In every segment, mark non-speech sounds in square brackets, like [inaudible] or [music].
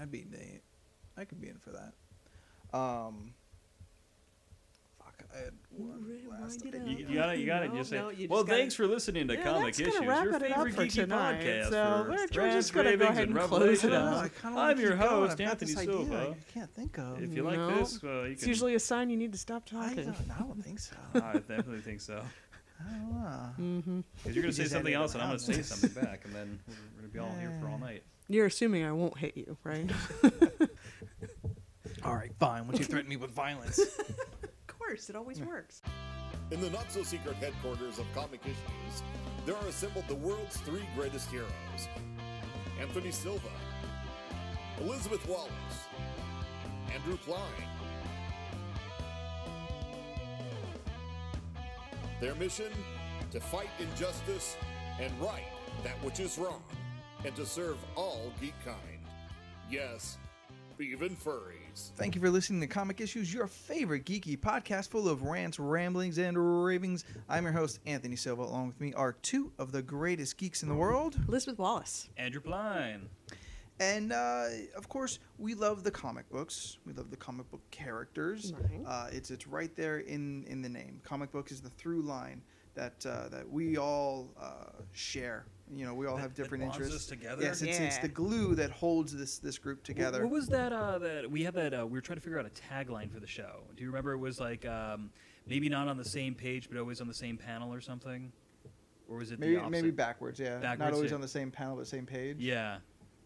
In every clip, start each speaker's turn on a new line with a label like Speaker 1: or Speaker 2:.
Speaker 1: I'd be in- I could be in for that. Um, fuck, I had one
Speaker 2: Ri-
Speaker 1: last
Speaker 2: wind it
Speaker 1: idea.
Speaker 2: up.
Speaker 3: You, you gotta, you gotta
Speaker 2: No,
Speaker 3: just say.
Speaker 2: no, you just
Speaker 3: well,
Speaker 2: gotta-
Speaker 3: thanks for listening to
Speaker 2: Yeah,
Speaker 3: Comic
Speaker 2: that's gonna
Speaker 3: Issues,
Speaker 2: wrap
Speaker 3: your
Speaker 2: it up
Speaker 3: favorite
Speaker 2: for
Speaker 3: geeky
Speaker 2: tonight,
Speaker 3: podcast.
Speaker 2: so
Speaker 3: for
Speaker 2: we're- we're
Speaker 3: thrash
Speaker 2: just gonna go
Speaker 3: ravings
Speaker 2: ahead and
Speaker 3: revelations.
Speaker 2: close it
Speaker 1: No,
Speaker 2: up.
Speaker 1: I kinda wanna
Speaker 3: I'm your
Speaker 1: keep going.
Speaker 3: host,
Speaker 1: I've got
Speaker 3: Anthony
Speaker 1: this idea
Speaker 3: Silva.
Speaker 1: I can't think of.
Speaker 3: If you like
Speaker 2: No.
Speaker 3: this, well, you
Speaker 2: It's
Speaker 3: can.
Speaker 2: usually a sign you need to stop
Speaker 1: I
Speaker 2: talking.
Speaker 1: don't, I don't think so.
Speaker 3: [laughs] I definitely think so.
Speaker 1: I don't know.
Speaker 2: Mm-hmm.
Speaker 3: Because you're gonna
Speaker 1: could
Speaker 3: say
Speaker 1: just
Speaker 3: something
Speaker 1: edit it
Speaker 3: else, and I'm gonna
Speaker 1: out.
Speaker 3: say something back, and then we're we're gonna be all here for all
Speaker 1: Yeah.
Speaker 3: night.
Speaker 2: You're assuming I won't hit you, [laughs] right?
Speaker 1: All right, fine. Once you threaten me with
Speaker 3: [laughs]
Speaker 1: violence.
Speaker 2: of course, it always works.
Speaker 4: In the not so secret headquarters of Comic Issues, there are assembled the world's three greatest heroes Anthony Silva, Elizabeth Wallace, Andrew Klein. Their mission to fight injustice and right that which is wrong, and to serve all geek kind. Yes, even furries.
Speaker 1: Thank you for listening to Comic Issues, your favorite geeky podcast full of rants, ramblings, and ravings. I'm your host, Anthony Silva. Along with me are two of the greatest geeks in the world.
Speaker 2: Elizabeth Wallace.
Speaker 3: Andrew Pline.
Speaker 1: And uh, of course, we love the comic books. We love the comic book characters.
Speaker 2: Right.
Speaker 1: Uh, it's it's right there in in the name. Comic book is the through line that uh, that we all uh, share. You know, we all
Speaker 3: That-
Speaker 1: have
Speaker 3: that
Speaker 1: different
Speaker 3: bonds us
Speaker 1: interests.
Speaker 3: together?
Speaker 1: Yes, it's, it's
Speaker 2: Yeah.
Speaker 1: the glue that holds this this group together.
Speaker 3: What was that? Uh, that we had that. Uh, we were trying to figure out a tagline for the show. Do you remember? It was like um, maybe not on the same page, but always on the same panel or something. Or was it
Speaker 1: maybe
Speaker 3: the opposite?
Speaker 1: maybe backwards, yeah. Not
Speaker 3: Backwards,
Speaker 1: always
Speaker 3: yeah.
Speaker 1: on the same panel, but same page.
Speaker 3: Yeah,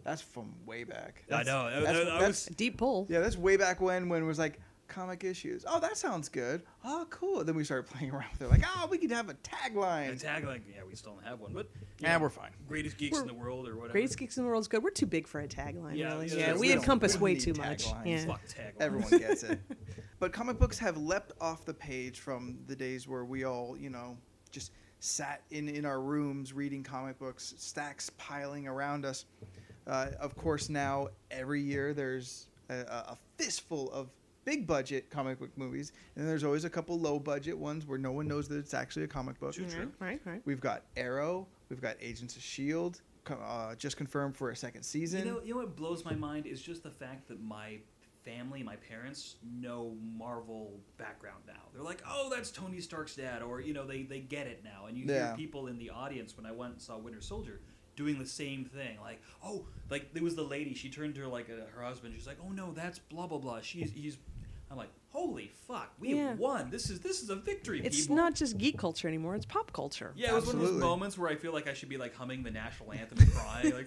Speaker 1: That's from way back.
Speaker 3: I
Speaker 1: That's-
Speaker 3: know. I-
Speaker 1: That's,
Speaker 3: I- I
Speaker 1: that's-
Speaker 2: A deep pull.
Speaker 1: yeah, that's way back when when it was like comic issues. Oh, that sounds good. Oh, cool. Then we started [laughs] playing around with it. Like, oh, we could have a
Speaker 3: the
Speaker 1: tagline.
Speaker 3: tagline. Yeah, we still don't have one, but you
Speaker 1: Yeah,
Speaker 3: know,
Speaker 1: we're fine.
Speaker 3: greatest geeks in
Speaker 2: We're-
Speaker 3: the world or whatever.
Speaker 2: Greatest Geeks in the World's good. We're too big for a tagline,
Speaker 3: Yeah,
Speaker 2: really.
Speaker 3: yeah,
Speaker 2: Yeah,
Speaker 3: that's-
Speaker 2: we
Speaker 3: we don't-
Speaker 2: encompass
Speaker 1: we don't
Speaker 2: way
Speaker 1: need
Speaker 2: too much.
Speaker 1: taglines.
Speaker 2: Yeah.
Speaker 3: Fuck
Speaker 2: [laughs]
Speaker 3: tagline.
Speaker 1: Everyone gets
Speaker 3: [laughs]
Speaker 1: it. But comic books have leapt off the page from the days where we all, you know, just sat in, in our rooms reading comic books, stacks piling around us. Uh, of course, now every year there's a, a a fistful of big budget comic book movies, and then there's always a couple low budget ones where no one knows that it's actually a comic book.
Speaker 3: Too true.
Speaker 2: Right, right.
Speaker 1: We've got Arrow, we've got Agents of S.H.I.E.L.D., E co- uh, just confirmed for a second season.
Speaker 3: You know, you know what blows my mind is just the fact that my family, my parents, know Marvel background now. They're like, "Oh, that's Tony Stark's dad," or you know, they they get it now. And you hear
Speaker 1: Yeah.
Speaker 3: people in the audience when I went and saw Winter Soldier doing the same thing, like, "Oh, like there was the lady. She turned to her like uh, her husband. She's like, "Oh no, that's blah blah blah." She's he's. I'm like, holy fuck, we
Speaker 2: Yeah.
Speaker 3: have won. This is this is a victory.
Speaker 2: It's
Speaker 3: people.
Speaker 2: not just geek culture anymore, it's pop culture.
Speaker 3: Yeah, it was one of
Speaker 1: Absolutely.
Speaker 3: those moments where I feel like I should be like humming the national anthem and crying. Like,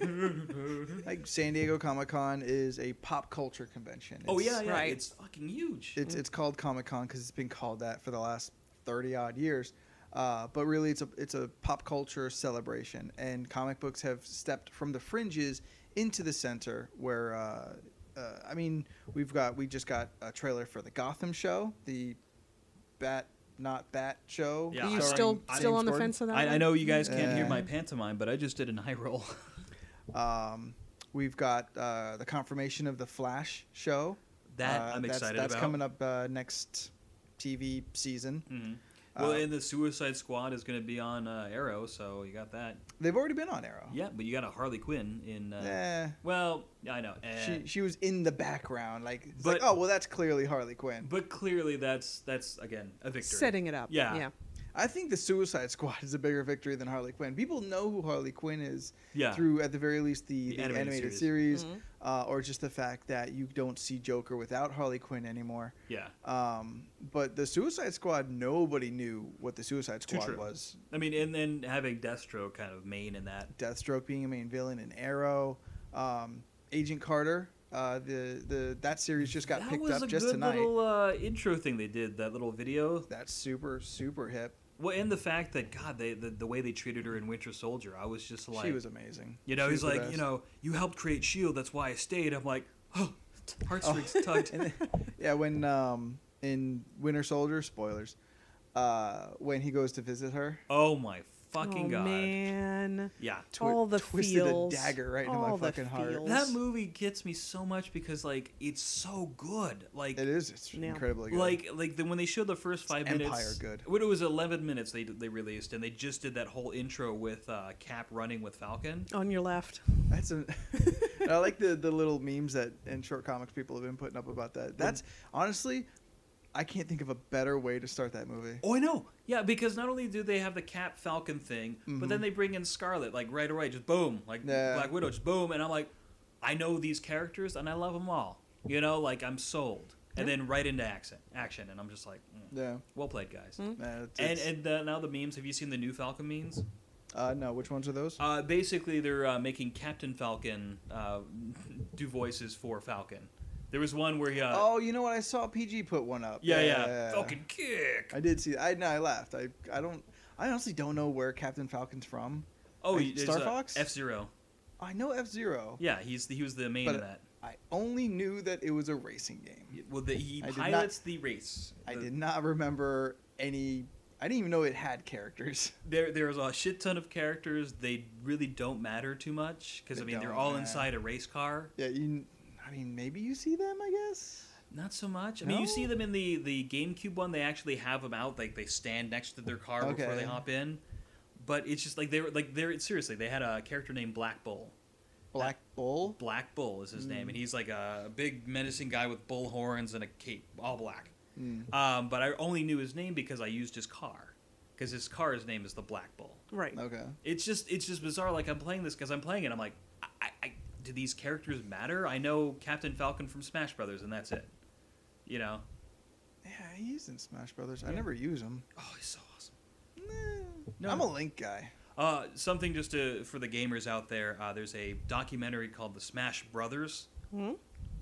Speaker 2: uh,
Speaker 3: [laughs]
Speaker 1: Like San Diego Comic Con is a pop culture convention.
Speaker 3: oh
Speaker 1: It's-
Speaker 3: yeah, yeah,
Speaker 2: Right.
Speaker 3: it's fucking huge.
Speaker 1: It's it's called Comic Con because it's been called that for the last thirty odd years. Uh, but really, it's a it's a pop culture celebration, and comic books have stepped from the fringes into the center. Where uh, uh, I mean, we've got we just got a trailer for the Gotham show, the Bat not Bat show.
Speaker 3: Yeah,
Speaker 2: Are you
Speaker 3: Sorry,
Speaker 1: starring
Speaker 2: still
Speaker 3: I-
Speaker 2: still
Speaker 1: James
Speaker 2: on the
Speaker 1: Gordon.
Speaker 2: fence of that?
Speaker 3: I, I
Speaker 2: one?
Speaker 3: know you guys can't hear
Speaker 1: Yeah.
Speaker 3: my pantomime, but I just did an eye roll. [laughs]
Speaker 1: Um, we've got uh, the confirmation of the Flash show.
Speaker 3: That
Speaker 1: Uh,
Speaker 3: I'm
Speaker 1: that's,
Speaker 3: excited
Speaker 1: that's
Speaker 3: about.
Speaker 1: coming up uh, next TV season.
Speaker 3: Mhm. Well,
Speaker 1: Uh,
Speaker 3: and the Suicide Squad is going to be on uh, Arrow, so you got that.
Speaker 1: They've already been on Arrow.
Speaker 3: Yeah, but you got a Harley Quinn in. Uh,
Speaker 1: Eh,
Speaker 3: Well, I know. eh.
Speaker 1: she she was in the background, like, it's like,
Speaker 3: But-
Speaker 1: oh well, that's clearly Harley Quinn.
Speaker 3: but clearly, that's that's again a victory.
Speaker 2: Setting it up.
Speaker 3: Yeah.
Speaker 2: Yeah.
Speaker 1: I think the Suicide Squad is a bigger victory than Harley Quinn. People know who Harley Quinn is
Speaker 3: Yeah.
Speaker 1: through, at the very least, the,
Speaker 3: The
Speaker 1: the
Speaker 3: animated
Speaker 1: animated,
Speaker 3: series.
Speaker 1: series, uh, or just the fact that you don't see Joker without Harley Quinn anymore.
Speaker 3: Yeah.
Speaker 1: Um, but the Suicide Squad, nobody knew what the Suicide
Speaker 3: Too
Speaker 1: Squad
Speaker 3: true.
Speaker 1: was.
Speaker 3: I mean, and then having Deathstroke kind of main in that.
Speaker 1: Deathstroke being a main villain in Arrow, um, Agent Carter. Uh, the the that series just got
Speaker 3: that
Speaker 1: picked
Speaker 3: was
Speaker 1: up
Speaker 3: a
Speaker 1: just
Speaker 3: good
Speaker 1: tonight.
Speaker 3: little uh, intro thing they did. That little video.
Speaker 1: That's super super hip.
Speaker 3: Well, and the fact that God, they the, the way they treated her in Winter Soldier, I was just like,
Speaker 1: she was amazing.
Speaker 3: You know,
Speaker 1: She
Speaker 3: he's
Speaker 1: was the
Speaker 3: like,
Speaker 1: best.
Speaker 3: you know, you helped create Shield. That's why I stayed. I'm like, oh, heartstrings tugged.
Speaker 1: [laughs] And then- yeah, when um in Winter Soldier spoilers, uh, when he goes to visit her,
Speaker 3: oh my fucking
Speaker 2: oh,
Speaker 3: god!
Speaker 2: man.
Speaker 3: Yeah,
Speaker 1: twi-
Speaker 2: All the
Speaker 1: twisted
Speaker 2: feels.
Speaker 1: a dagger right
Speaker 2: All
Speaker 1: into my
Speaker 2: the
Speaker 1: fucking heart.
Speaker 2: feels.
Speaker 3: that movie gets me so much because like it's so good. Like
Speaker 1: It is it's
Speaker 2: Yeah.
Speaker 1: incredibly good.
Speaker 3: Like, like the, when they showed the first five
Speaker 1: Empire
Speaker 3: minutes,
Speaker 1: good.
Speaker 3: When it was eleven minutes, they they released, and they just did that whole intro with uh, Cap running with Falcon.
Speaker 2: On your left.
Speaker 1: that's a [laughs] And I like the the little memes that and short comics people have been putting up about that. That's honestly, I can't think of a better way to start that movie.
Speaker 3: Oh, I know. Yeah, because not only do they have the Cap Falcon thing, but then they bring in Scarlet like right away, just boom, like
Speaker 1: Mm-hmm. Yeah.
Speaker 3: Black Widow, just boom, and I'm like, I know these characters and I love them all. You know, like I'm sold. And then right into action, action, and I'm just like, mm.
Speaker 1: Yeah.
Speaker 3: well played, guys.
Speaker 1: Uh, it's-
Speaker 3: And
Speaker 1: it's-
Speaker 3: and uh, now the memes. Have you seen the new Falcon memes?
Speaker 1: uh, no, which ones are those?
Speaker 3: Uh, basically, they're uh, making Captain Falcon uh, do voices for Falcon. There was one where he, uh,
Speaker 1: oh, you know what? I saw PG put one up.
Speaker 3: yeah, yeah, Falcon kick.
Speaker 1: I did see. I no, I laughed. I I don't. I honestly don't know where Captain Falcon's from.
Speaker 3: Oh,
Speaker 1: Like
Speaker 3: he- there's,
Speaker 1: Star
Speaker 3: uh,
Speaker 1: Fox?
Speaker 3: F Zero.
Speaker 1: I know F Zero.
Speaker 3: Yeah, he's the, he was the main
Speaker 1: But-
Speaker 3: in that.
Speaker 1: I only knew that it was a racing game.
Speaker 3: Well, the, he
Speaker 1: I did not-
Speaker 3: pilots the race.
Speaker 1: I
Speaker 3: The-
Speaker 1: did not remember any. I didn't even know it had characters.
Speaker 3: There, there's a shit ton of characters. They really don't matter too much because I
Speaker 1: They
Speaker 3: mean they're
Speaker 1: don't,
Speaker 3: all
Speaker 1: yeah.
Speaker 3: inside a race car.
Speaker 1: Yeah, you. I mean, maybe you see them. I guess.
Speaker 3: Not so much. I mean, you see
Speaker 1: No?
Speaker 3: them in the the GameCube one. They actually have them out. Like they stand next to their car before they
Speaker 1: Okay.
Speaker 3: hop in. But it's just like they were like they're seriously. They had a character named Black Bull.
Speaker 1: Black Bull.
Speaker 3: Black Bull is his name,
Speaker 1: Mm.
Speaker 3: and he's like a big menacing guy with bull horns and a cape, all black.
Speaker 1: Mm.
Speaker 3: Um, but I only knew his name because I used his car, because his car's name is the Black Bull.
Speaker 2: Right.
Speaker 1: Okay.
Speaker 3: It's just it's just bizarre. Like I'm playing this because I'm playing it. I'm like, I, I, I, do these characters matter? I know Captain Falcon from Smash Brothers, and that's it. You know?
Speaker 1: Yeah, he's in Smash Brothers. I never use him.
Speaker 3: Oh, he's so awesome.
Speaker 1: No. I'm a Link guy.
Speaker 3: Uh, something just to, for the gamers out there. Uh, there's a documentary called The Smash Brothers.
Speaker 2: Hmm?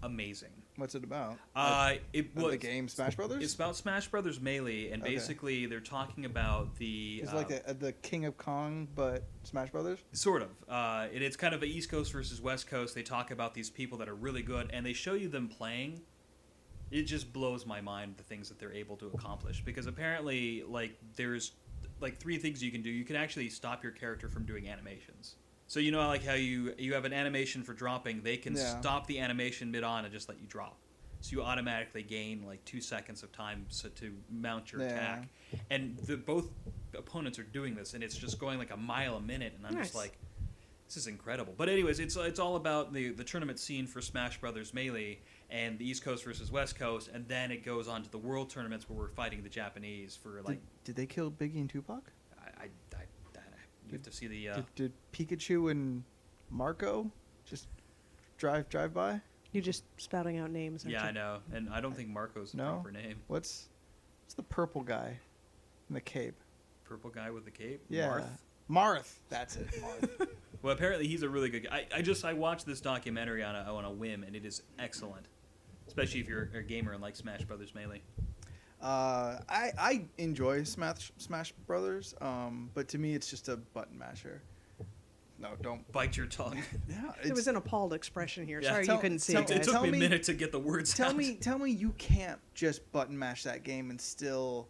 Speaker 3: Amazing.
Speaker 1: What's it about?
Speaker 3: Uh, it
Speaker 1: Uh,
Speaker 3: was
Speaker 1: the game Smash Brothers.
Speaker 3: It's about Smash Brothers Melee, and
Speaker 1: Okay.
Speaker 3: basically they're talking about the
Speaker 1: It's
Speaker 3: uh,
Speaker 1: like the, the King of Kong, but Smash Brothers.
Speaker 3: Sort of. Uh, it, it's kind of a East Coast versus West Coast. They talk about these people that are really good, and they show you them playing. It just blows my mind the things that they're able to accomplish because apparently, like, there's like three things you can do. You can actually stop your character from doing animations. So you know, like how you you have an animation for dropping, they can
Speaker 1: Yeah.
Speaker 3: stop the animation mid on and just let you drop. So you automatically gain like two seconds of time so to mount your
Speaker 1: Yeah.
Speaker 3: attack, and the both opponents are doing this, and it's just going like a mile a minute, and I'm just
Speaker 2: Nice.
Speaker 3: like, this is incredible. But anyways, it's it's all about the the tournament scene for Smash Brothers Melee and the East Coast versus West Coast, and then it goes on to the World tournaments where we're fighting the Japanese for like
Speaker 1: Did, did they kill Biggie and Tupac?
Speaker 3: I, I, I, I you have to see the uh,
Speaker 1: Did, did Pikachu and Marco just drive drive by?
Speaker 2: You're just spouting out names. Aren't
Speaker 3: yeah
Speaker 2: you?
Speaker 3: I know, and I don't think Marco's the
Speaker 1: No?
Speaker 3: proper name.
Speaker 1: What's what's the purple guy in the cape?
Speaker 3: Purple guy with the cape,
Speaker 1: Yeah.
Speaker 3: Marth.
Speaker 1: Marth. That's it. Marth.
Speaker 3: Well, apparently he's a really good guy. I, I just I watched this documentary on a on a whim, and it is excellent, especially if you're a gamer and like Smash Brothers Melee.
Speaker 1: uh, I I enjoy Smash Smash Brothers, um, but to me it's just a button masher. No, don't.
Speaker 3: Bite
Speaker 1: [laughs]
Speaker 3: your tongue.
Speaker 1: Yeah,
Speaker 2: There
Speaker 1: it's-
Speaker 2: was an appalled expression here.
Speaker 3: Yeah.
Speaker 2: Sorry,
Speaker 1: Tell-
Speaker 2: you couldn't see
Speaker 1: tell-
Speaker 2: it,
Speaker 3: it
Speaker 2: guys.
Speaker 3: took
Speaker 1: tell
Speaker 3: me,
Speaker 1: me-
Speaker 3: a minute to get the words
Speaker 1: tell
Speaker 3: out.
Speaker 1: me tell me you can't just button mash that game and still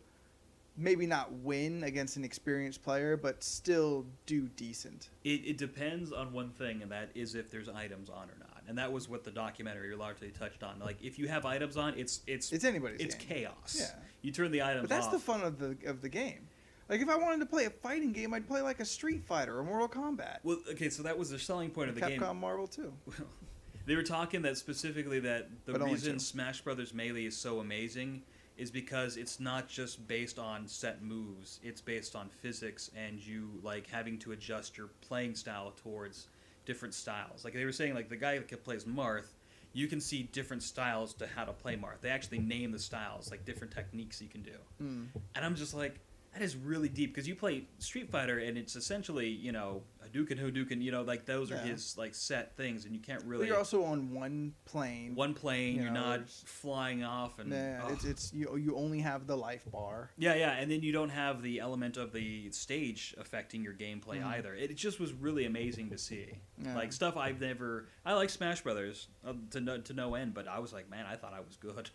Speaker 1: maybe not win against an experienced player but still do decent
Speaker 3: It, it depends on one thing, and that is if there's items on or not. And that was what the documentary largely touched on. Like if you have items on, it's it's
Speaker 1: it's anybody's
Speaker 3: it's
Speaker 1: game
Speaker 3: chaos.
Speaker 1: Yeah.
Speaker 3: You turn the items
Speaker 1: but that's
Speaker 3: off.
Speaker 1: the fun of the of the game like if i wanted to play a fighting game i'd play like a street fighter or mortal kombat
Speaker 3: well, okay, so that was the selling point of the
Speaker 1: capcom
Speaker 3: game.
Speaker 1: marvel too
Speaker 3: Well, [laughs] they were talking that specifically that the
Speaker 1: But only
Speaker 3: reason
Speaker 1: two.
Speaker 3: Smash Brothers Melee is so amazing is because it's not just based on set moves. It's based on physics and you like having to adjust your playing style towards different styles. Like they were saying, like the guy that plays Marth, you can see different styles to how to play Marth. They actually name the styles, like different techniques you can do.
Speaker 1: Hmm.
Speaker 3: And I'm just like, that is really deep because you play Street Fighter and it's essentially, you know, Hadouken, Hadouken, you know, like those are
Speaker 1: Yeah.
Speaker 3: his like set things, and you can't
Speaker 1: But
Speaker 3: really
Speaker 1: you're also on one plane
Speaker 3: one plane.
Speaker 1: you
Speaker 3: You are
Speaker 1: know,
Speaker 3: not
Speaker 1: there's-
Speaker 3: flying off, and
Speaker 1: nah,
Speaker 3: ugh.
Speaker 1: it's, it's you you only have the life bar
Speaker 3: yeah, yeah, and then you don't have the element of the stage affecting your gameplay either. It just was really amazing to see,
Speaker 1: Mm-hmm. Yeah.
Speaker 3: like stuff I've never. I like Smash Brothers uh, to no, to no end, but I was like, man, I thought I was good.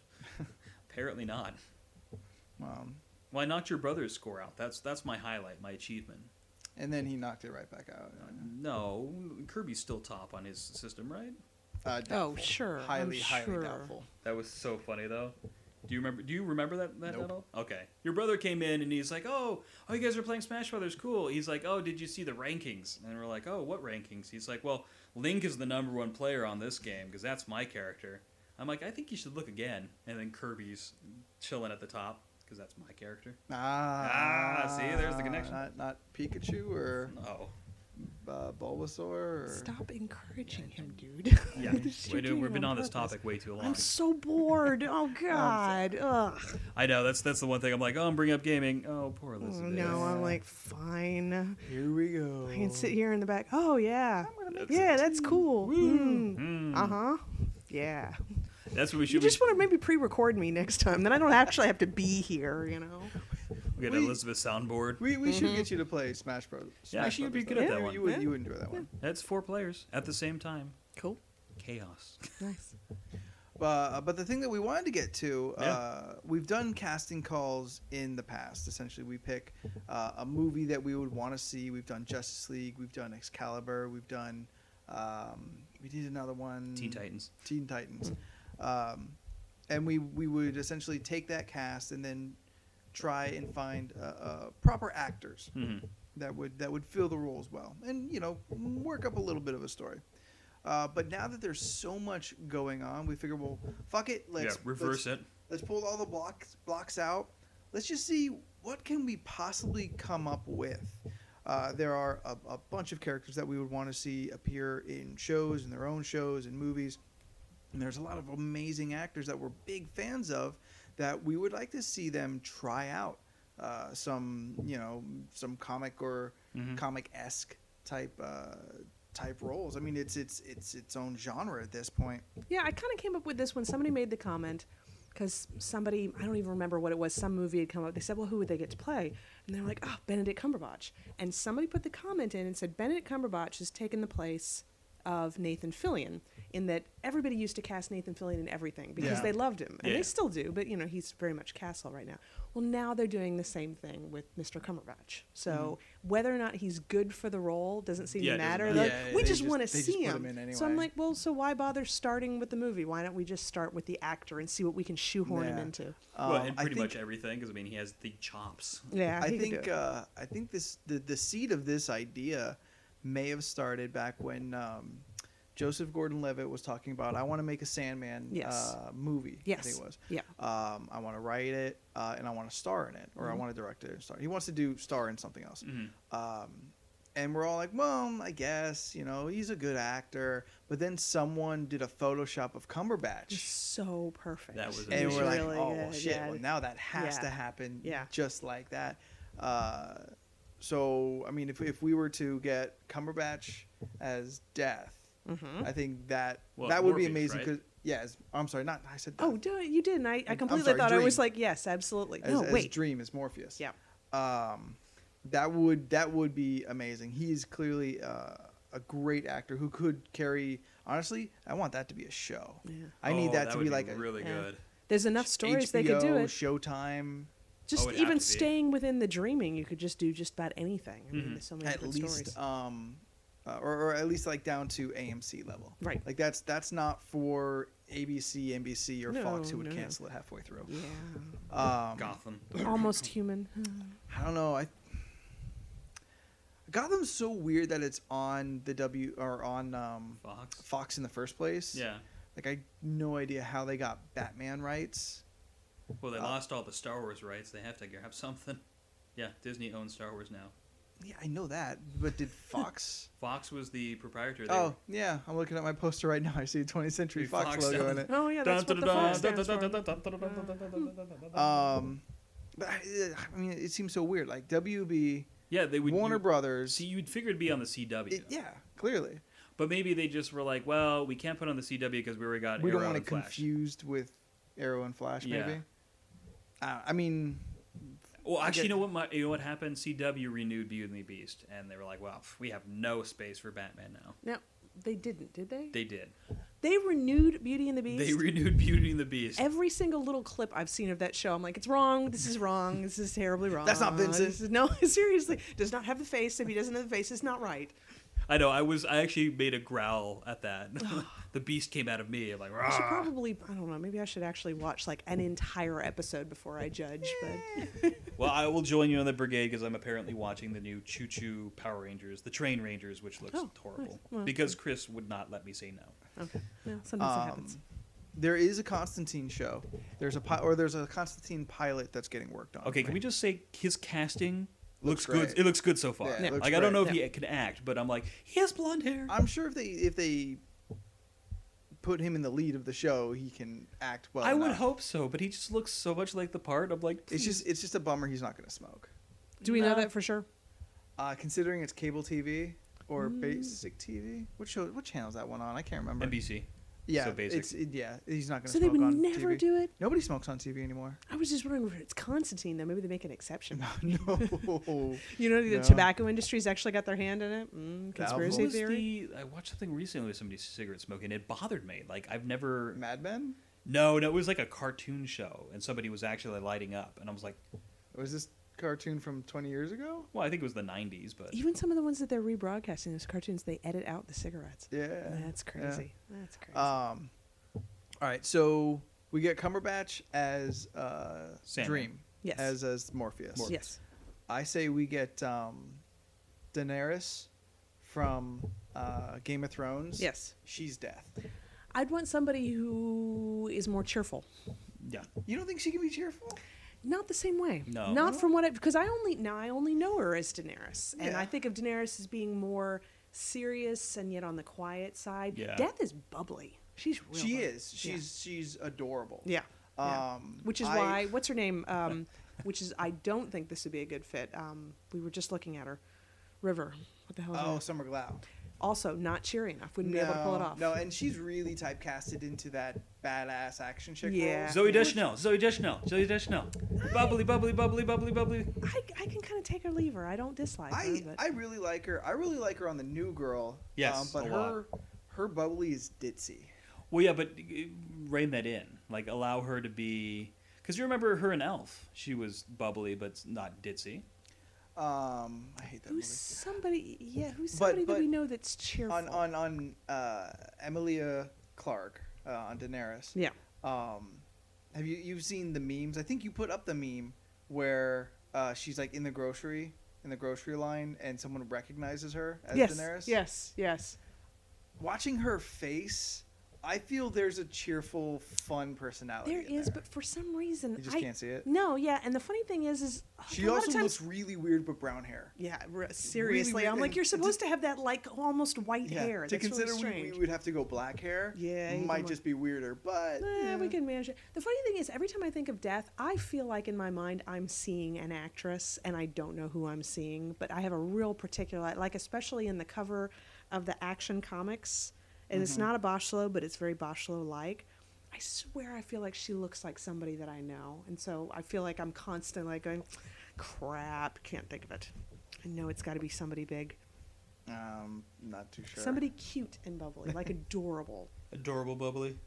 Speaker 3: [laughs] Apparently not.
Speaker 1: um,
Speaker 3: Well, I knocked your brother's score out. That's that's my highlight, my achievement.
Speaker 1: and then he knocked it right back out
Speaker 3: No, Kirby's still top on his system, right?
Speaker 1: uh,
Speaker 2: Oh,
Speaker 1: doubtful.
Speaker 2: sure. I'm
Speaker 1: highly highly
Speaker 2: sure.
Speaker 1: doubtful
Speaker 3: That was so funny though. Do you remember? Do you remember that, that
Speaker 1: Nope.
Speaker 3: at all? Okay. Your brother came in and he's like, "Oh, oh, you guys are playing Smash Brothers. Cool." He's like, "Oh, did you see the rankings?" And we're like, "Oh, what rankings?" He's like, "Well, Link is the number one player on this game because that's my character." I'm like, "I think you should look again." And then Kirby's chilling at the top because that's my character.
Speaker 1: Ah,
Speaker 3: Ah, see, there's the connection.
Speaker 1: Not, not Pikachu or
Speaker 3: [laughs] Oh,
Speaker 1: uh, Bulbasaur. Or...
Speaker 2: Stop encouraging him, dude. [laughs]
Speaker 3: yeah.
Speaker 2: This you're
Speaker 3: we do,
Speaker 2: doing
Speaker 3: we've been on this
Speaker 2: purpose.
Speaker 3: topic way too long.
Speaker 2: I'm so bored.
Speaker 3: [laughs]
Speaker 2: Oh God. Ugh.
Speaker 3: I know that's that's the one thing I'm like, "Oh, I'm bringing up gaming." Oh, poor
Speaker 2: Oh,
Speaker 3: Elizabeth.
Speaker 2: no, I'm like fine.
Speaker 1: Here we go.
Speaker 2: I can sit here in the back. Oh yeah.
Speaker 3: That's
Speaker 2: Yeah,
Speaker 3: it.
Speaker 2: that's cool.
Speaker 3: Mm.
Speaker 2: Uh huh. Yeah.
Speaker 3: That's what we
Speaker 2: You
Speaker 3: should.
Speaker 2: just want to maybe pre-record me next time, then I don't actually have to be here. You know.
Speaker 3: we get
Speaker 1: we-
Speaker 3: Elizabeth soundboard.
Speaker 1: We, we should get you to play Smash Bros. Smash
Speaker 3: actually, you'd be
Speaker 1: Brothers,
Speaker 3: good at
Speaker 1: though.
Speaker 3: that
Speaker 1: You- You would,
Speaker 2: Mm-hmm.
Speaker 3: one.
Speaker 2: Yeah.
Speaker 1: you would enjoy that one.
Speaker 3: That's four players at the same time.
Speaker 2: Cool.
Speaker 3: Chaos. [laughs]
Speaker 2: Nice.
Speaker 1: Uh, but the thing that we wanted to get to,
Speaker 3: Yeah.
Speaker 1: uh, we've done casting calls in the past. Essentially, we pick uh, a movie that we would want to see. We've done Justice League. We've done Excalibur. We've done. Um, we did another one.
Speaker 3: Teen Titans.
Speaker 1: Teen Titans. Um, and we we would essentially take that cast and then try and find uh, uh, proper actors
Speaker 3: Mhm.
Speaker 1: that would that would fill the roles well, and you know work up a little bit of a story. Uh, but now that there's so much going on, we figure, well, fuck it, let's
Speaker 3: yeah, reverse
Speaker 1: let's,
Speaker 3: it.
Speaker 1: Let's pull all the blocks blocks out. Let's just see what can we possibly come up with. Uh, there are a, a bunch of characters that we would want to see appear in shows and their own shows and movies. And there's a lot of amazing actors that we're big fans of that we would like to see them try out uh, some, you know, some comic or
Speaker 3: Mhm.
Speaker 1: comic esque type uh, type roles. I mean, it's it's it's its own genre at this point.
Speaker 2: Yeah, I kind of came up with this when somebody made the comment because somebody, I don't even remember what it was, some movie had come up. They said, Well, who would they get to play? And they were like, Oh, Benedict Cumberbatch. And somebody put the comment in and said, Benedict Cumberbatch has taken the place of Nathan Fillion in that everybody used to cast Nathan Fillion in everything because
Speaker 1: Yeah.
Speaker 2: they loved him. And
Speaker 3: Yeah.
Speaker 2: they still do, but you know, he's very much Castle right now. Well, now they're doing the same thing with Mr. Cumberbatch. So whether or not he's good for the role doesn't seem
Speaker 3: Yeah,
Speaker 2: to
Speaker 3: it doesn't
Speaker 2: matter.
Speaker 3: matter.
Speaker 2: Like,
Speaker 1: Mm-hmm. Yeah,
Speaker 2: we
Speaker 1: they
Speaker 2: just,
Speaker 1: just-
Speaker 2: want
Speaker 1: they
Speaker 2: to
Speaker 1: just
Speaker 2: see
Speaker 1: put
Speaker 2: him.
Speaker 1: him in
Speaker 2: So I'm
Speaker 1: anyway.
Speaker 2: like, well, so why bother starting with the movie? Why don't we just start with the actor and see what we can shoehorn him
Speaker 1: Yeah.
Speaker 2: into?
Speaker 3: well,
Speaker 1: Um,
Speaker 3: and
Speaker 1: I
Speaker 3: pretty
Speaker 1: think-
Speaker 3: much everything, because I mean, he has the chops.
Speaker 2: Yeah,
Speaker 1: I
Speaker 2: he could do
Speaker 1: think
Speaker 2: it.
Speaker 1: uh, I think this the, the seed of this idea may have started back when um, Joseph Gordon-Levitt was talking about I want to make a Sandman
Speaker 2: Yes.
Speaker 1: uh, movie. I
Speaker 2: yes,
Speaker 1: think it was.
Speaker 2: yeah,
Speaker 1: Um, I want to write it uh, and I want to star in it, or
Speaker 2: Mm-hmm.
Speaker 1: I want to direct it and star. He wants to do star in something else.
Speaker 3: Mhm.
Speaker 1: Um, and we're all like, well, I guess you know he's a good actor. But then someone did a Photoshop of
Speaker 2: He's
Speaker 1: Cumberbatch.
Speaker 2: so perfect.
Speaker 3: That was
Speaker 1: and
Speaker 3: He's
Speaker 1: we're like,
Speaker 2: really
Speaker 1: oh
Speaker 2: good,
Speaker 1: shit!
Speaker 2: yeah.
Speaker 1: Well, now that has
Speaker 2: Yeah.
Speaker 1: to happen,
Speaker 2: Yeah.
Speaker 1: just like that. Uh, so, I mean, if if we were to get Cumberbatch as Death,
Speaker 2: Mhm.
Speaker 1: I think that
Speaker 3: Well,
Speaker 1: that would be
Speaker 3: Morpheus,
Speaker 1: amazing.
Speaker 3: right?
Speaker 1: Because yeah, as, I'm sorry, not I said. Death.
Speaker 2: Oh, do it. You didn't. I, I
Speaker 1: I'm
Speaker 2: completely
Speaker 1: sorry,
Speaker 2: thought I was
Speaker 1: Dream.
Speaker 2: like, yes, absolutely.
Speaker 1: as,
Speaker 2: no,
Speaker 1: as
Speaker 2: wait.
Speaker 1: Dream is Morpheus.
Speaker 2: Yeah.
Speaker 1: Um, that would that would be amazing. He is clearly uh, a great actor who could carry. Honestly, I want that to be a show.
Speaker 2: Yeah.
Speaker 1: I need
Speaker 3: Oh,
Speaker 1: that, to
Speaker 3: would
Speaker 1: be like a
Speaker 3: really
Speaker 2: Yeah.
Speaker 1: [laughs]
Speaker 3: good.
Speaker 2: There's enough stories they could do
Speaker 1: HBO,
Speaker 2: it.
Speaker 1: Showtime.
Speaker 2: just
Speaker 3: it'd have Oh, to
Speaker 2: even
Speaker 3: be.
Speaker 2: staying within the dreaming, you could just do just about anything. I mean,
Speaker 3: Mhm.
Speaker 2: there's so many
Speaker 1: at
Speaker 2: different
Speaker 1: least
Speaker 2: stories.
Speaker 1: um uh, or, or at least like down to AMC level.
Speaker 2: Right.
Speaker 1: Like that's that's not for ABC, NBC or Fox who
Speaker 2: No,
Speaker 1: would
Speaker 2: no, no.
Speaker 1: cancel it halfway through.
Speaker 2: yeah,
Speaker 1: Um
Speaker 3: Gotham.
Speaker 1: [laughs]
Speaker 2: almost human.
Speaker 1: I don't know. I Gotham's so weird that it's on the W or on um [laughs]
Speaker 3: Fox.
Speaker 1: Fox in the first place.
Speaker 3: Yeah.
Speaker 1: Like I no idea how they got Batman rights.
Speaker 3: Well, they
Speaker 1: Uh,
Speaker 3: lost all the Star Wars rights. They have to grab something. [laughs] Yeah, Disney owns Star Wars now.
Speaker 1: Yeah, I know that. But did Fox
Speaker 3: Fox was the proprietor. [laughs] They
Speaker 1: Oh, yeah, I'm looking at my poster right now. I see a 20th Century
Speaker 3: Dude,
Speaker 1: Fox,
Speaker 3: Fox
Speaker 1: logo in
Speaker 3: does-
Speaker 1: it.
Speaker 2: Oh yeah,
Speaker 3: were-
Speaker 2: that's what the Fox
Speaker 3: Dun,
Speaker 2: stands
Speaker 3: dun,
Speaker 2: for.
Speaker 3: dun, dun, dun, dun, dun, dun, dun, dun, dun, dun, dun, dun.
Speaker 1: Um, but I, I mean, it seems so weird. Like WB,
Speaker 3: [laughs] yeah, they would.
Speaker 1: Warner
Speaker 3: you-
Speaker 1: Brothers.
Speaker 3: See, you'd figure it'd be on the CW,
Speaker 1: it- yeah, clearly.
Speaker 3: but maybe they just were like, "Well, we can't put on the CW because we already got
Speaker 1: We
Speaker 3: Arrow
Speaker 1: don't want
Speaker 3: and
Speaker 1: it
Speaker 3: Flash."
Speaker 1: confused with Arrow and Flash,
Speaker 3: Yeah.
Speaker 1: maybe. Uh, I mean,
Speaker 3: Well,
Speaker 1: I
Speaker 3: actually,
Speaker 1: get-
Speaker 3: you know what? My, you know what happened? CW renewed Beauty and the Beast, and they were like, "Wow, pff, we have no space for Batman now."
Speaker 2: No, they didn't, did they?
Speaker 3: They did.
Speaker 2: They renewed Beauty and the Beast.
Speaker 3: They renewed Beauty and the Beast.
Speaker 2: Every single little clip I've seen of that show, I'm like, it's wrong. This is wrong. This is terribly wrong.
Speaker 1: That's not Vincent.
Speaker 2: This is, no, [laughs] seriously, does not have the face. If he doesn't have the face, it's not right.
Speaker 3: I know. I was. I actually made a growl at that. [laughs] the beast came out of me. I'm like,
Speaker 2: I
Speaker 1: Ah.
Speaker 2: should
Speaker 3: "Rah."
Speaker 2: probably, I don't know, maybe I should actually watch like an entire episode before I judge. But
Speaker 3: well, I will join you in the brigade because I'm apparently watching the new Choo Choo Power Rangers, the Train Rangers, which looks
Speaker 2: Oh, nice.
Speaker 3: horrible
Speaker 2: Well,
Speaker 3: because Chris would not let me say no.
Speaker 2: okay, yeah, sometimes it
Speaker 1: Um,
Speaker 2: happens.
Speaker 1: There is a Constantine show. There's a pi- or there's a Constantine pilot that's getting worked on.
Speaker 3: Okay, can we just say his casting
Speaker 1: Oh, Looks
Speaker 3: looks, good?
Speaker 1: great.
Speaker 3: It looks good so far.
Speaker 1: Yeah, it Yeah. looks
Speaker 3: Like I don't know if
Speaker 2: great.
Speaker 3: he can act, but I'm like he has blonde hair.
Speaker 1: I'm sure if they if they put him in the lead of the show, he can act well.
Speaker 3: I would
Speaker 1: enough.
Speaker 3: hope so, but he just looks so much like the part. I'm like,
Speaker 1: It's
Speaker 3: "Please."
Speaker 1: just it's just a bummer he's not going to smoke.
Speaker 2: Do we know
Speaker 3: no.
Speaker 2: that for sure?
Speaker 1: Uh, considering it's cable TV or
Speaker 2: Hmm.
Speaker 1: basic TV, what show what channel is that one on? I can't remember.
Speaker 3: NBC.
Speaker 1: Yeah,
Speaker 3: so basic.
Speaker 1: it's it- yeah, he's not going to
Speaker 2: So they
Speaker 1: smoke
Speaker 2: would
Speaker 1: on
Speaker 2: never
Speaker 1: TV.
Speaker 2: do it.
Speaker 1: Nobody smokes on TV
Speaker 3: [laughs]
Speaker 1: anymore.
Speaker 2: I was just wondering if it's Constantine though. Maybe they make an exception.
Speaker 1: no.
Speaker 2: You know, the
Speaker 1: No.
Speaker 2: tobacco industry's actually got their hand in it. Mm, conspiracy
Speaker 1: What
Speaker 3: What was
Speaker 2: theory.
Speaker 3: the- I watched something recently with somebody cigarette smoking. It bothered me. Like I've never.
Speaker 1: Mad Men?
Speaker 3: No, no, it was like a cartoon show, and somebody was actually lighting up, and I was like,
Speaker 1: Was this cartoon from 20 years ago?
Speaker 3: well, I think it was the '90s, but
Speaker 2: Even some of the ones that they're rebroadcasting as cartoons, they edit out the cigarettes.
Speaker 1: Yeah.
Speaker 2: That's
Speaker 1: yeah.
Speaker 2: crazy. That's crazy.
Speaker 1: Um, all right, so we get Cumberbatch as uh,
Speaker 3: Sandman.
Speaker 1: Dream,
Speaker 2: Yes.
Speaker 1: as as Morpheus.
Speaker 2: yes.
Speaker 3: Morpheus.
Speaker 1: I say we get um, Daenerys from uh, Game of Thrones.
Speaker 2: Yes.
Speaker 1: she's death.
Speaker 2: I'd want somebody who is more cheerful. [laughs]
Speaker 3: yeah,
Speaker 1: You don't think she can be cheerful?
Speaker 2: Not the same way.
Speaker 3: No.
Speaker 2: Not from what I because I only now I only know her as Daenerys, and
Speaker 1: Yeah.
Speaker 2: I think of Daenerys as being more serious and yet on the quiet side.
Speaker 3: Yeah.
Speaker 2: Death is bubbly. She's real
Speaker 1: she
Speaker 2: bubbly.
Speaker 1: is.
Speaker 2: Yeah.
Speaker 1: She's she's adorable.
Speaker 2: Yeah. yeah.
Speaker 1: Um,
Speaker 2: which is
Speaker 1: I-
Speaker 2: why what's her name?
Speaker 1: [laughs]
Speaker 2: Um, which is I don't think this would be a good fit. Um, we were just looking at her, River. What the hell? Is her
Speaker 1: Oh,
Speaker 2: name?
Speaker 1: Summer Glau.
Speaker 2: Also, not cheery enough. Wouldn't be able to pull it off.
Speaker 1: No, and she's really typecasted into that badass action chick
Speaker 2: Yeah.
Speaker 1: role.
Speaker 3: Zoe Deschanel, Zoe Deschanel, Zoe Deschanel, bubbly, bubbly, bubbly, bubbly, bubbly.
Speaker 2: I, I can kind of take or leave her. I don't dislike her.
Speaker 1: I
Speaker 2: But
Speaker 1: I really like her. I really like her on the New Girl. Um,
Speaker 3: Yes,
Speaker 1: but
Speaker 3: a lot.
Speaker 1: her her bubbly is ditzy.
Speaker 3: Well, yeah, but uh, rein that in. Like, allow her to be. Because you remember her in Elf. She was bubbly, but not ditzy.
Speaker 1: Um, I hate that
Speaker 2: who's somebody? Yeah, who's
Speaker 1: But-
Speaker 2: somebody
Speaker 1: but
Speaker 2: that we know that's cheerful?
Speaker 1: movie. On on on uh, Emilia Clarke uh, on Daenerys.
Speaker 2: yeah.
Speaker 1: Um, have you you've seen the memes? I think you put up the meme where uh, she's like in the grocery in the grocery line and someone recognizes her as
Speaker 2: yes.
Speaker 1: Daenerys.
Speaker 2: Yes. Yes.
Speaker 1: watching her face, I feel there's a cheerful, fun personality.
Speaker 2: There
Speaker 1: in
Speaker 2: is,
Speaker 1: there.
Speaker 2: but for some reason,
Speaker 1: Oh, You just
Speaker 2: I
Speaker 1: can't see it.
Speaker 2: No. Yeah. And the funny thing is, is like,
Speaker 1: she
Speaker 2: a lot
Speaker 1: also
Speaker 2: of times,
Speaker 1: looks really weird with brown hair.
Speaker 2: Yeah, r- seriously.
Speaker 1: weird
Speaker 2: I'm like,
Speaker 1: and
Speaker 2: you're
Speaker 1: it's
Speaker 2: supposed to have that like almost white hair.
Speaker 1: to
Speaker 2: That's
Speaker 1: consider
Speaker 2: really
Speaker 1: we,
Speaker 2: strange.
Speaker 1: we would have to go black hair.
Speaker 2: Yeah, you can
Speaker 1: might
Speaker 2: look-
Speaker 1: just be weirder, but
Speaker 2: Eh,
Speaker 1: yeah.
Speaker 2: we can manage it. The funny thing is, every time I think of death, I feel like in my mind I'm seeing an actress, and I don't know who I'm seeing, but I have a real particular like, especially in the cover of the action comics, and it's
Speaker 1: Mm-hmm.
Speaker 2: not a Boschlo, but it's very Boschlo like. I swear, I feel like she looks like somebody that I know, and so I feel like I'm constantly like going, "Crap, can't think of it." I know it's got to be somebody big,
Speaker 1: um, not too sure.
Speaker 2: somebody cute and bubbly,
Speaker 1: [laughs]
Speaker 2: like adorable.
Speaker 3: Adorable bubbly.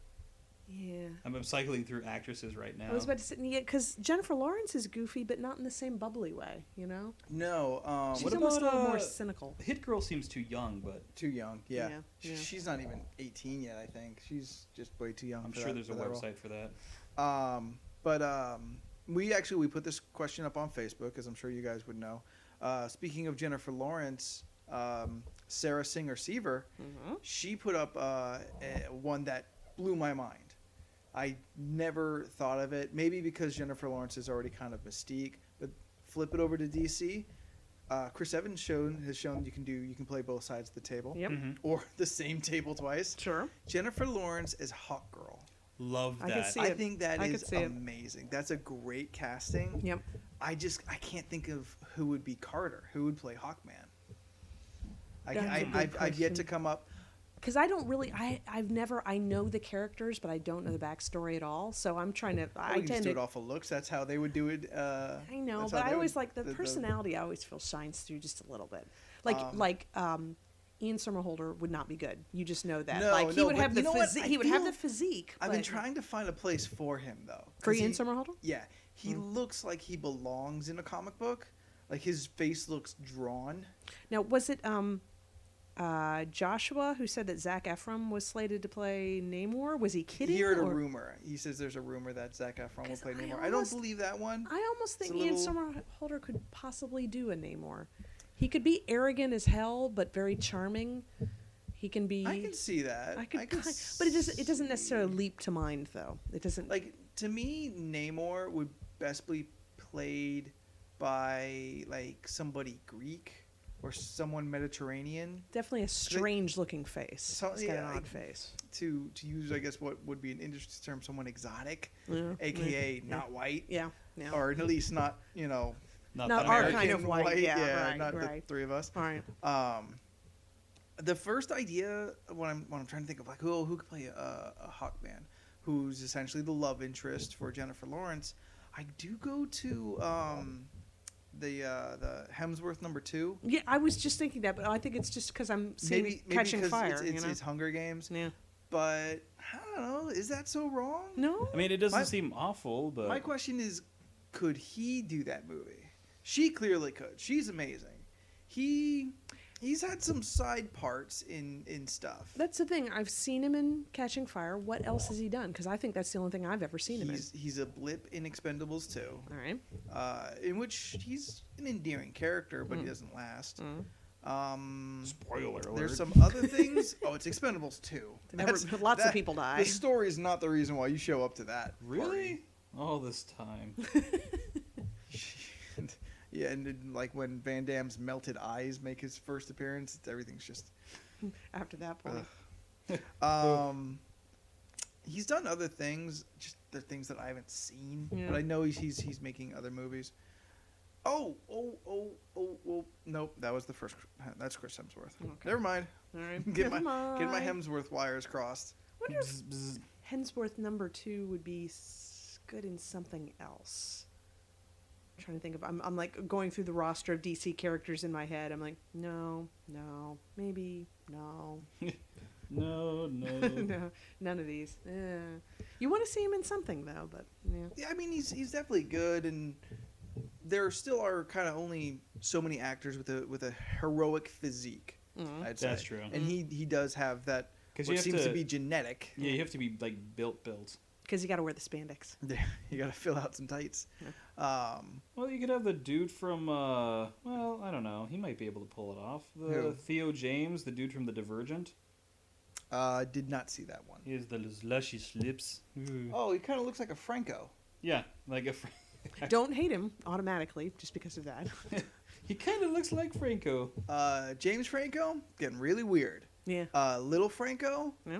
Speaker 2: Yeah.
Speaker 3: I'm, I'm cycling through actresses right now.
Speaker 2: I was about to sit and because Jennifer Lawrence is goofy, but not in the same bubbly way, you know?
Speaker 1: No, um,
Speaker 2: She's
Speaker 3: what
Speaker 2: almost
Speaker 3: about,
Speaker 2: a little more
Speaker 3: uh,
Speaker 2: cynical.
Speaker 3: Hit Girl seems too young, but
Speaker 1: too young. Yeah.
Speaker 2: Yeah,
Speaker 1: Sh-
Speaker 2: yeah.
Speaker 1: she's not even 18 yet. I think she's just way too young.
Speaker 3: I'm
Speaker 1: for
Speaker 3: sure
Speaker 1: that-
Speaker 3: there's a
Speaker 1: for that role.
Speaker 3: website for that.
Speaker 1: Um, but um, we actually we put this question up on Facebook, as I'm sure you guys would know. Uh, speaking of Jennifer Lawrence, um, Sarah Singer Seaver, she put up uh, a, one that blew my mind. I never thought of it. Maybe because Jennifer Lawrence is already kind of mystique. But flip it over to DC. Uh, Chris Evans shown has shown you can do you can play both sides of the table
Speaker 2: Yep.
Speaker 1: Mm-hmm. or the same table twice.
Speaker 2: Sure.
Speaker 1: Jennifer Lawrence is Hawk Girl.
Speaker 3: Love
Speaker 2: I
Speaker 3: that.
Speaker 2: can see
Speaker 1: I
Speaker 2: it.
Speaker 1: think that
Speaker 2: I
Speaker 1: is
Speaker 2: could see it.
Speaker 1: amazing. That's a great casting.
Speaker 2: Yep.
Speaker 1: I just I can't think of who would be Carter, who would play Hawkman. I,
Speaker 2: That's a
Speaker 1: I,
Speaker 2: good
Speaker 1: I've, I've yet to
Speaker 2: question.
Speaker 1: come up.
Speaker 2: Because I don't really, I, I've never, I know the characters, but I don't know the backstory at all. So I'm trying to,
Speaker 1: I
Speaker 2: I
Speaker 1: would Oh, just
Speaker 2: tend
Speaker 1: do it
Speaker 2: to.
Speaker 1: off of looks. That's how they would do it. Uh,
Speaker 2: I know,
Speaker 1: that's how
Speaker 2: but
Speaker 1: they
Speaker 2: I always
Speaker 1: would-
Speaker 2: like the, personality. I always feel shines through just a little bit, like
Speaker 1: Um,
Speaker 2: like um, Ian Somerhalder would not be good. You just know that.
Speaker 1: No,
Speaker 2: like he
Speaker 1: no,
Speaker 2: would
Speaker 1: but
Speaker 2: have
Speaker 1: you
Speaker 2: the
Speaker 1: know what?
Speaker 2: physique.
Speaker 1: I
Speaker 2: He would have the
Speaker 1: feel-
Speaker 2: physique.
Speaker 1: I've been
Speaker 2: but-
Speaker 1: trying to find a place for him though. 'cause
Speaker 2: For Ian
Speaker 1: he-
Speaker 2: Somerhalder?
Speaker 1: Yeah, he
Speaker 2: Mm.
Speaker 1: looks like he belongs in a comic book. Like his face looks drawn.
Speaker 2: Now was it um, uh, Joshua, who said that Zach Efron was slated to play Namor. Was he
Speaker 1: He
Speaker 2: kidding?
Speaker 1: heard a
Speaker 2: or-
Speaker 1: rumor. He says there's a rumor that Zac Efron will
Speaker 2: 'Cause
Speaker 1: play
Speaker 2: I
Speaker 1: Namor. I don't
Speaker 2: almost-
Speaker 1: believe that one.
Speaker 2: I almost
Speaker 1: It's
Speaker 2: think
Speaker 1: a
Speaker 2: Ian
Speaker 1: little-
Speaker 2: Somerhalder could possibly do a Namor. He could be arrogant as hell, but very charming. He can be.
Speaker 1: I can see that.
Speaker 2: I could,
Speaker 1: can
Speaker 2: kind- but it doesn't. It doesn't necessarily
Speaker 1: see-
Speaker 2: leap to mind, though. It doesn't.
Speaker 1: Like to me, Namor would best be played by like somebody Greek or someone Mediterranean
Speaker 2: definitely a strange-looking face.
Speaker 1: So-
Speaker 2: He's got
Speaker 1: yeah,
Speaker 2: an
Speaker 1: I-
Speaker 2: odd face.
Speaker 1: to to use, I guess, what would be an industry term, someone exotic,
Speaker 2: Yeah.
Speaker 1: aka not white,
Speaker 2: Yeah. Yeah.
Speaker 1: or at least not you know
Speaker 3: Not,
Speaker 2: Not
Speaker 3: that
Speaker 2: our
Speaker 3: American.
Speaker 2: kind of white, yeah, right,
Speaker 1: not
Speaker 2: right.
Speaker 1: the three of us.
Speaker 2: All right.
Speaker 1: Um, the first idea when I'm when I'm trying to think of like who who could play a, a Hawkman, who's essentially the love interest for Jennifer Lawrence, I do go to um, the uh, the Hemsworth number two.
Speaker 2: Yeah, I was just thinking that, but I think it's just because I'm seeing
Speaker 1: Maybe maybe
Speaker 2: catching
Speaker 1: 'cause
Speaker 2: fire.
Speaker 1: it's, it's,
Speaker 2: you know?
Speaker 1: it's Hunger Games,
Speaker 2: yeah.
Speaker 1: but I don't know. Is that so wrong?
Speaker 2: No.
Speaker 5: I mean, it doesn't
Speaker 1: My-
Speaker 5: seem awful, but
Speaker 1: My question is, could he do that movie? She clearly could. She's amazing. He he's had some side parts in in stuff.
Speaker 2: That's the thing. I've seen him in Catching Fire. What else has he done? Because I think that's the only thing I've ever seen him in.
Speaker 1: he's he's a blip in Expendables too,
Speaker 2: All right.
Speaker 1: uh, in which he's an endearing character, but
Speaker 2: Hmm.
Speaker 1: he doesn't last. Um,
Speaker 5: spoiler alert. [laughs]
Speaker 1: there's some other things. Oh, it's Expendables too.
Speaker 2: [laughs] They never- lots of people die.
Speaker 1: The story is not the reason why you show up to that.
Speaker 5: really all this
Speaker 1: [laughs]
Speaker 5: time.
Speaker 1: party. [laughs] yeah, and then, like when Van Damme's melted eyes make his first appearance, it's, everything's just
Speaker 2: After that point.
Speaker 1: Um, he's done other things, just the things that I haven't seen,
Speaker 2: Yeah.
Speaker 1: but I know he's, he's he's making other movies. Oh, oh, oh, oh, oh, nope, that was the first. That's Chris Hemsworth.
Speaker 2: Okay.
Speaker 1: Never mind.
Speaker 2: All
Speaker 1: [laughs]
Speaker 2: right.
Speaker 1: Get
Speaker 2: [laughs] Never
Speaker 1: my get my
Speaker 2: mind.
Speaker 1: Hemsworth wires crossed.
Speaker 2: Wonder if
Speaker 5: Bzz, bzz.
Speaker 2: Hemsworth number two would be s- good in something else. I'm trying to think of. I'm, I'm like going through the roster of DC characters in my head. I'm like, no, no, maybe, no, [laughs]
Speaker 5: No,
Speaker 1: [laughs]
Speaker 5: no.
Speaker 1: Mm.
Speaker 2: no, none of these. Eh. You want to see him in something though, but yeah.
Speaker 1: Yeah, I mean he's he's definitely good, and there still are kind of only so many actors with a with a heroic physique.
Speaker 2: Mm-hmm.
Speaker 1: I'd say
Speaker 5: That's true.
Speaker 1: and he he does have that.
Speaker 5: 'Cause
Speaker 1: Because
Speaker 5: you
Speaker 1: what
Speaker 5: have
Speaker 1: seems to,
Speaker 5: to-
Speaker 1: be genetic.
Speaker 5: Yeah, you have to be like built, built.
Speaker 2: Because you got to wear the spandex.
Speaker 1: Yeah, [laughs] you got to fill out some tights. Um,
Speaker 5: Well, you could have the dude from. uh Well, I don't know. He might be able to pull it off. The
Speaker 1: Who?
Speaker 5: Theo James, the dude from The Divergent.
Speaker 1: uh, did not see that one.
Speaker 5: He has the luscious lips.
Speaker 1: Oh, he kind of looks like a Franco.
Speaker 5: Yeah, like a. Fra-
Speaker 2: Don't hate him automatically just because of that.
Speaker 5: [laughs] he kind of looks like Franco.
Speaker 1: Uh, James Franco, getting really weird.
Speaker 2: yeah.
Speaker 1: Uh, Little Franco,
Speaker 2: Yeah.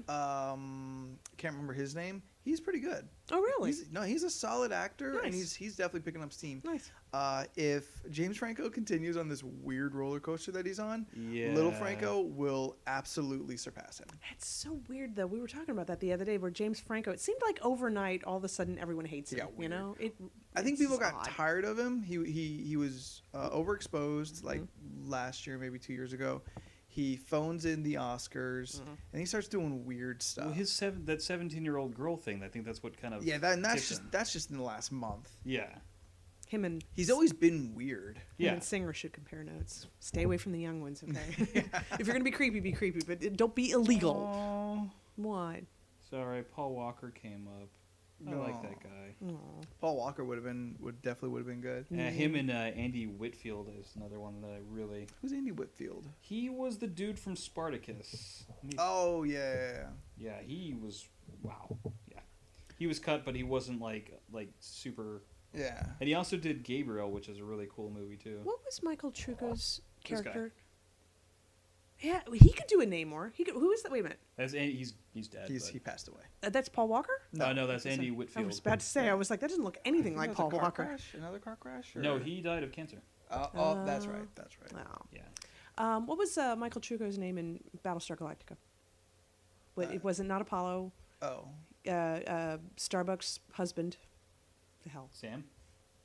Speaker 1: um, can't remember his name. He's pretty good.
Speaker 2: Oh really?
Speaker 1: He's, no, he's a solid actor,
Speaker 2: Nice.
Speaker 1: and he's he's definitely picking up steam.
Speaker 2: Nice.
Speaker 1: Uh, if James Franco continues on this weird roller coaster that he's on,
Speaker 5: Yeah.
Speaker 1: Little Franco will absolutely surpass him.
Speaker 2: That's so weird, though. We were talking about that the other day, where James Franco. It seemed like overnight, all of a sudden, everyone hates
Speaker 1: It
Speaker 2: him.
Speaker 1: got
Speaker 2: You
Speaker 1: weird.
Speaker 2: know, it.
Speaker 1: I think
Speaker 2: it's
Speaker 1: people
Speaker 2: just
Speaker 1: got
Speaker 2: odd.
Speaker 1: tired of him. He he he was uh, overexposed
Speaker 2: Mm-hmm.
Speaker 1: like last year, maybe two years ago. He phones in the Oscars
Speaker 2: Mm-hmm.
Speaker 1: and he starts doing weird stuff.
Speaker 5: Well, his seven, that seventeen-year-old girl thing. I think that's what kind of.
Speaker 1: yeah, that, and that's
Speaker 5: tipped
Speaker 1: just
Speaker 5: him.
Speaker 1: that's just in the last month.
Speaker 5: Yeah.
Speaker 2: Him and
Speaker 1: He's always been weird.
Speaker 2: Yeah.
Speaker 5: Yeah.
Speaker 2: And Singer should compare notes. Stay away from the young ones, [laughs] okay? if you're gonna be creepy, be creepy, but it- don't be illegal.
Speaker 5: Oh,
Speaker 2: What?
Speaker 5: sorry, Paul Walker came up. I like that guy.
Speaker 2: Aw.
Speaker 1: Paul Walker would have been would definitely would have been good.
Speaker 5: Uh, him and uh, Andy Whitfield is another one that I really.
Speaker 1: Who's Andy Whitfield?
Speaker 5: He was the dude from Spartacus. And he-
Speaker 1: Oh yeah, yeah, yeah.
Speaker 5: Yeah, he was. Wow. Yeah, he was cut, but he wasn't like like super.
Speaker 1: yeah.
Speaker 5: And he also did Gabriel, which is a really cool movie too.
Speaker 2: What was Michael Trucco's
Speaker 5: guy.
Speaker 2: character? Yeah, he could do a Namor. He could. Who is that? Wait a minute.
Speaker 5: That's Andy, he's he's dead.
Speaker 1: He's
Speaker 5: but-
Speaker 1: he passed away.
Speaker 5: Oh,
Speaker 2: Uh, that's Paul Walker.
Speaker 5: no, no, that's Andy
Speaker 2: I
Speaker 5: Whitfield.
Speaker 2: was about to say. I was like, that doesn't look anything like
Speaker 1: That was
Speaker 2: Paul
Speaker 1: a car
Speaker 2: Walker.
Speaker 1: Crash? Another car crash? Or...
Speaker 5: No, he died of cancer.
Speaker 1: Uh, oh, that's
Speaker 2: Uh,
Speaker 1: right. That's right.
Speaker 2: Wow.
Speaker 5: Yeah,
Speaker 2: Um, what was uh, Michael Trucco's name in Battlestar Galactica? What,
Speaker 1: Uh,
Speaker 2: it wasn't not Apollo.
Speaker 1: Oh,
Speaker 2: Uh, uh, Starbucks' husband. The hell
Speaker 5: Sam.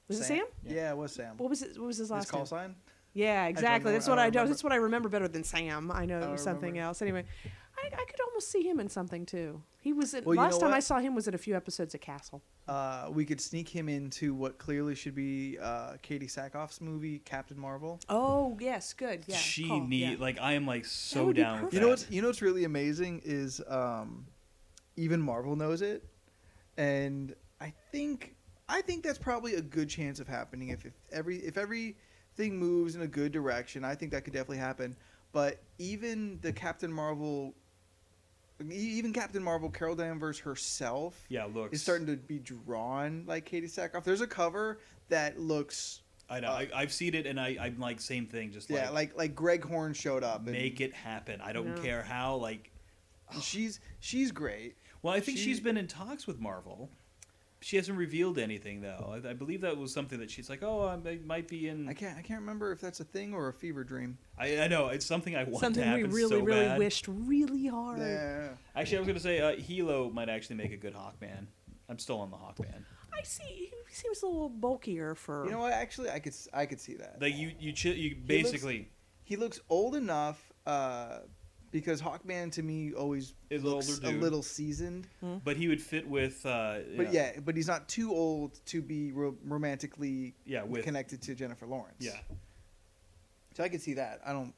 Speaker 2: was it Sam?
Speaker 1: Yeah. it was Sam.
Speaker 2: What was it? What was his last
Speaker 1: His call
Speaker 2: name?
Speaker 1: sign.
Speaker 2: Yeah, exactly.
Speaker 1: remember-
Speaker 2: That's
Speaker 1: I
Speaker 2: what
Speaker 1: don't
Speaker 2: I, know.
Speaker 1: remember.
Speaker 2: That's what I remember better than Sam. I know
Speaker 1: I
Speaker 2: it was
Speaker 1: don't
Speaker 2: something
Speaker 1: remember.
Speaker 2: else. Anyway, I I, I could almost see him in something too. He was in,
Speaker 1: Well, you
Speaker 2: last
Speaker 1: know
Speaker 2: time I
Speaker 1: what?
Speaker 2: saw him was in a few episodes of Castle.
Speaker 1: Uh, we could sneak him into what clearly should be uh, Katie Sackhoff's movie, Captain Marvel.
Speaker 2: Oh yes, good. Yeah,
Speaker 3: she
Speaker 2: call,
Speaker 3: need
Speaker 2: yeah.
Speaker 3: like I am like so
Speaker 2: would be
Speaker 3: down. With
Speaker 2: perfect.
Speaker 1: You know
Speaker 3: that.
Speaker 1: what's you know what's really amazing is um, even Marvel knows it, and I think I think that's probably a good chance of happening if, if every if everything moves in a good direction. I think that could definitely happen. But even the Captain Marvel, e- even Captain Marvel, Carol Danvers herself
Speaker 3: Yeah, looks.
Speaker 1: is starting to be drawn like Katie Sackhoff. There's a cover that looks
Speaker 3: I know. I, I've seen it, and I, I'm like same thing. Just
Speaker 1: Uh, yeah like uh, like Greg Horn showed up and
Speaker 3: make it happen. I don't
Speaker 2: No.
Speaker 3: care how. Like,
Speaker 1: she's she's great.
Speaker 3: well, I think
Speaker 1: She-
Speaker 3: she, has been in talks with Marvel. She hasn't revealed anything though. I, I believe that was something that she's like, oh, I may- might be in.
Speaker 1: I can't I can't remember if that's a thing or a fever dream.
Speaker 3: I, I know it's something I want to
Speaker 2: something we
Speaker 3: happen
Speaker 2: really,
Speaker 3: so
Speaker 2: really
Speaker 3: bad.
Speaker 2: wished really hard.
Speaker 1: Yeah.
Speaker 3: Actually, I was gonna say uh, Hilo might actually make a good Hawkman. I'm still on the Hawkman.
Speaker 2: I see. He seems a little bulkier for.
Speaker 1: You know what? Actually, I could s- I could see that.
Speaker 3: Like you, you, chi- you
Speaker 1: looks-
Speaker 3: basically.
Speaker 1: he looks old enough uh, because Hawkman to me always
Speaker 3: Is an
Speaker 1: looks
Speaker 3: older
Speaker 1: a
Speaker 3: dude.
Speaker 1: little seasoned.
Speaker 2: Hmm?
Speaker 3: But he would fit with. Uh,
Speaker 1: But yeah, but he's not too old to be ro- romantically
Speaker 3: Yeah, with-
Speaker 1: connected to Jennifer Lawrence.
Speaker 3: yeah.
Speaker 1: So I could see that. I don't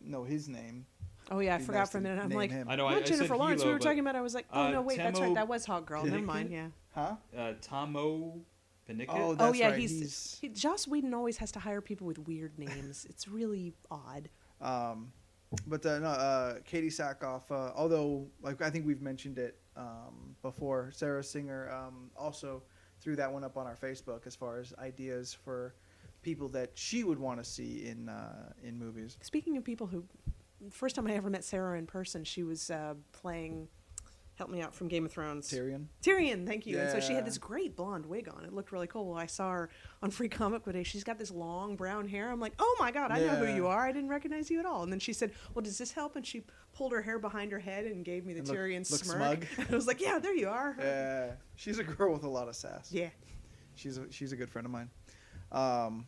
Speaker 1: know his name.
Speaker 2: oh yeah, I
Speaker 1: Be
Speaker 2: forgot
Speaker 1: nice
Speaker 2: for a
Speaker 1: to
Speaker 2: minute. I'm
Speaker 1: name
Speaker 2: like,
Speaker 1: him.
Speaker 5: I know. I,
Speaker 2: not
Speaker 3: I said
Speaker 2: Jennifer Lawrence. we
Speaker 3: Hilo,
Speaker 2: were
Speaker 3: but,
Speaker 2: talking about. it, I was like, oh
Speaker 3: uh,
Speaker 2: no, wait, that's right.
Speaker 3: Tamo
Speaker 2: That was Hot Girl. Never
Speaker 1: Pinikin?
Speaker 2: mind. Yeah.
Speaker 1: Huh?
Speaker 3: Uh, Tomo Panicket.
Speaker 1: Oh,
Speaker 2: Oh
Speaker 1: that's
Speaker 2: yeah,
Speaker 1: right.
Speaker 2: he's,
Speaker 1: he's
Speaker 2: he, Joss Whedon always has to hire people with weird names. it's really odd.
Speaker 1: Um, but uh, no, uh, Katie Sackhoff, uh, although like I think we've mentioned it um, before, Sarah Singer um, also threw that one up on our Facebook as far as ideas for people that she would want to see in uh, in movies.
Speaker 2: Speaking of people who, first time I ever met Sarah in person, she was uh, playing. Help me out from Game of Thrones.
Speaker 1: Tyrion.
Speaker 2: Tyrion, thank you. And so she
Speaker 1: Yeah.
Speaker 2: had this great blonde wig on. It looked really cool. Well, I saw her on Free Comic Book Day. She's got this long brown hair. I'm like, oh my God, I know
Speaker 1: Yeah.
Speaker 2: who you are. I didn't recognize you at all. And then she said, well, does this help? And she pulled her hair behind her head and gave me the
Speaker 1: And look-
Speaker 2: Tyrion
Speaker 1: look
Speaker 2: smirk.
Speaker 1: smug.
Speaker 2: And [laughs] I was like, yeah, there you are.
Speaker 1: Yeah, she's a girl with a lot of sass.
Speaker 2: Yeah.
Speaker 1: she's a, she's a good friend of mine. Um,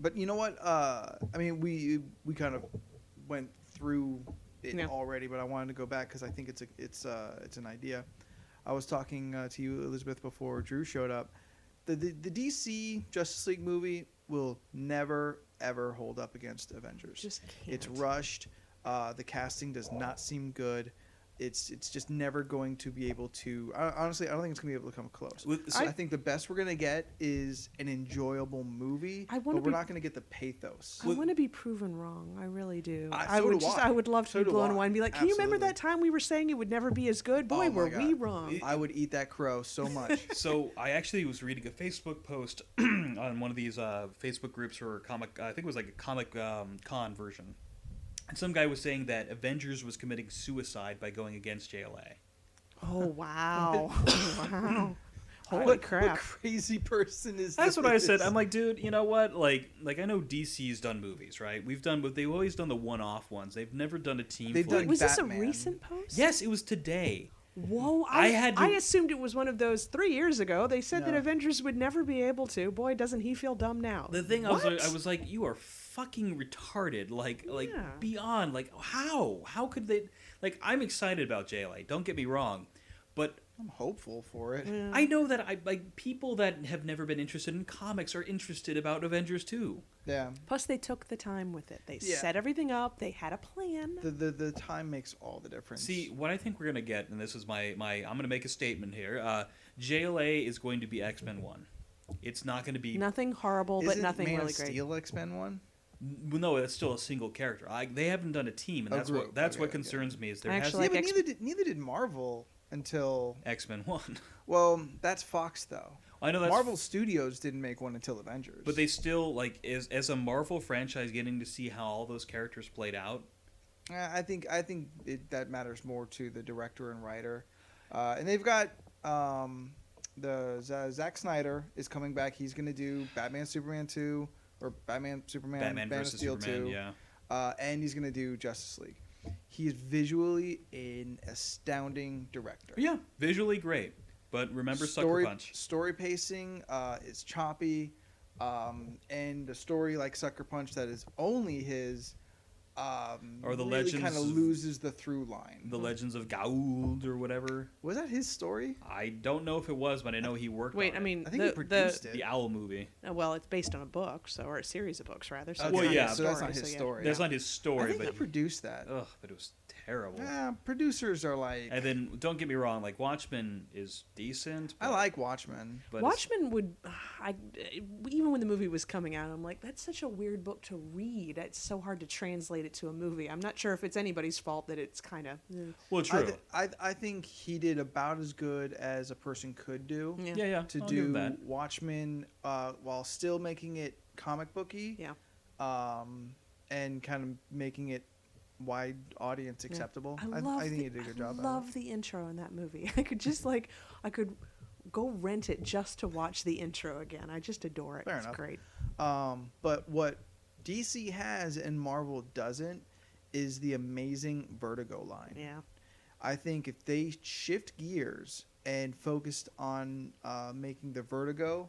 Speaker 1: but you know what? Uh, I mean, we we kind of went through it
Speaker 2: Yeah.
Speaker 1: already, but I wanted to go back because I think it's a it's uh it's an idea. I was talking uh, to you, Elizabeth, before Drew showed up. The, the the DC Justice League movie will never ever hold up against Avengers.
Speaker 2: Just
Speaker 1: It's
Speaker 2: can't.
Speaker 1: rushed. Uh, the casting does not seem good. It's it's just never going to be able to. I, honestly, I don't think it's going to be able to come close.
Speaker 3: With-
Speaker 1: so I,
Speaker 3: I-
Speaker 1: think the best we're going to get is an enjoyable movie,
Speaker 2: I
Speaker 1: but
Speaker 2: wanna
Speaker 1: we're
Speaker 2: be- Oh,
Speaker 1: not going to get the pathos.
Speaker 2: I want to be proven wrong. I really do.
Speaker 1: I-
Speaker 2: I,
Speaker 1: so
Speaker 2: would
Speaker 1: do
Speaker 2: just,
Speaker 1: I.
Speaker 2: I would love to
Speaker 1: So
Speaker 2: be
Speaker 1: do
Speaker 2: blown
Speaker 1: I.
Speaker 2: away and be like, can you remember
Speaker 1: Absolutely.
Speaker 2: that time we were saying it would never be as good? Boy,
Speaker 1: Oh my
Speaker 2: were we
Speaker 1: God.
Speaker 2: wrong.
Speaker 1: I would eat that crow so much.
Speaker 3: so I actually was reading a Facebook post [clears throat] on one of these uh, Facebook groups or comic. I think it was like a comic um, con version, and some guy was saying that Avengers was committing suicide by going against JLA.
Speaker 1: [laughs]
Speaker 2: Oh, wow. wow. [laughs] Holy
Speaker 1: what,
Speaker 2: crap.
Speaker 1: What crazy person is
Speaker 3: That's what I
Speaker 1: this?
Speaker 3: said. I'm like, dude, you know what? Like, like I know DC's done movies, right? We've done, but they've always done the one-off ones. They've never done a team.
Speaker 1: They've
Speaker 3: flick.
Speaker 1: done-
Speaker 2: was this
Speaker 1: Batman.
Speaker 2: a recent post?
Speaker 3: Yes, it was today.
Speaker 2: Whoa, I, I
Speaker 3: I had to-
Speaker 2: assumed it was one of those three years ago. They said that
Speaker 1: No.
Speaker 2: Avengers would never be able to. Boy, doesn't he feel dumb now.
Speaker 3: The thing I was,
Speaker 2: What?
Speaker 3: I was like, you are fucking retarded. Like, like
Speaker 2: Yeah.
Speaker 3: beyond. Like, how? How could they? Like, I'm excited about JLA. Don't get me wrong, but
Speaker 1: I'm hopeful for it.
Speaker 2: Mm.
Speaker 3: I know that I like people that have never been interested in comics are interested about Avengers too.
Speaker 1: Yeah.
Speaker 2: Plus, they took the time with it. They
Speaker 1: Yeah.
Speaker 2: set everything up. They had a plan.
Speaker 1: The, the the time makes all the difference.
Speaker 3: See, what I think we're gonna get, and this is my my, I'm gonna make a statement here. Uh, JLA is going to be X Men One. It's not gonna be.
Speaker 2: nothing horrible, but
Speaker 1: Isn't
Speaker 2: nothing
Speaker 1: Man
Speaker 2: really
Speaker 1: of
Speaker 2: great.
Speaker 1: Steel X Men one?
Speaker 3: Well, no, that's still a single character. I, they haven't done a team, and
Speaker 1: A
Speaker 3: that's
Speaker 1: group.
Speaker 3: what that's
Speaker 1: Okay,
Speaker 3: what
Speaker 1: okay.
Speaker 3: concerns me. Is there
Speaker 2: Actually,
Speaker 3: has
Speaker 2: Like
Speaker 1: yeah, but
Speaker 2: X-
Speaker 1: neither did neither did Marvel until
Speaker 3: X Men One. [laughs]
Speaker 1: well, that's Fox though.
Speaker 3: I know that's
Speaker 1: Marvel Studios didn't make one until Avengers.
Speaker 3: But they still like as as a Marvel franchise, getting to see how all those characters played out.
Speaker 1: Uh, I think I think it, that matters more to the director and writer, uh, and they've got um, the Z- Zack Snyder is coming back. He's going to do Batman Superman two or Batman Superman
Speaker 3: Batman
Speaker 1: Man of
Speaker 3: versus
Speaker 1: Steel
Speaker 3: Superman.
Speaker 1: two,
Speaker 3: Yeah,
Speaker 1: uh, and he's going to do Justice League. He is visually an astounding director.
Speaker 3: yeah, visually great, but remember
Speaker 1: story,
Speaker 3: Sucker Punch.
Speaker 1: Story pacing uh, is choppy, um, and a story like Sucker Punch that is only his um,
Speaker 3: Or the
Speaker 1: really
Speaker 3: legends-
Speaker 1: kind of loses the through line.
Speaker 3: The Legends of Gauld or whatever.
Speaker 1: was that his story?
Speaker 3: I don't know if it was, but I know he worked.
Speaker 2: Wait,
Speaker 3: on
Speaker 2: I
Speaker 3: it.
Speaker 2: mean,
Speaker 1: I think
Speaker 2: the,
Speaker 1: he produced
Speaker 2: the,
Speaker 1: it.
Speaker 3: the Owl movie.
Speaker 2: uh, well, it's based on a book, so or a series of books rather. So
Speaker 1: Okay,
Speaker 2: it's
Speaker 3: Well,
Speaker 2: not
Speaker 3: yeah,
Speaker 2: his
Speaker 1: so
Speaker 2: story,
Speaker 1: that's not his
Speaker 2: yeah.
Speaker 1: story.
Speaker 3: That's
Speaker 1: Yeah.
Speaker 3: not his
Speaker 1: I
Speaker 3: story,
Speaker 1: think he
Speaker 3: but
Speaker 1: produced that. Ah.
Speaker 3: ugh, but it was terrible.
Speaker 1: Yeah, producers are like.
Speaker 3: And then don't get me wrong, like Watchmen is decent.
Speaker 1: I
Speaker 3: but-
Speaker 1: like Watchmen.
Speaker 3: but it's-
Speaker 2: Watchmen would, [sighs] I uh, even when the movie was coming out, I'm like, that's such a weird book to read. It's so hard to translate it to a movie. I'm not sure if it's anybody's fault that it's kind of
Speaker 3: Well,
Speaker 1: I,
Speaker 3: true.
Speaker 1: th- I I think he did about as good as a person could do
Speaker 2: Yeah.
Speaker 3: yeah, yeah.
Speaker 1: to
Speaker 3: I'll give
Speaker 1: do
Speaker 3: him that.
Speaker 1: Watchmen uh, while still making it comic booky.
Speaker 2: yeah.
Speaker 1: um, and kind of making it wide audience acceptable. I, I, think he did a good job.
Speaker 2: I
Speaker 1: at it.
Speaker 2: love the intro in that movie. [laughs] I could just like, I could go rent it just to watch the intro again. I just adore it.
Speaker 1: Fair
Speaker 2: it's
Speaker 1: enough.
Speaker 2: great.
Speaker 1: Um, but what DC has and Marvel doesn't is the amazing Vertigo line.
Speaker 2: Yeah.
Speaker 1: I think if they shift gears and focused on uh, making the Vertigo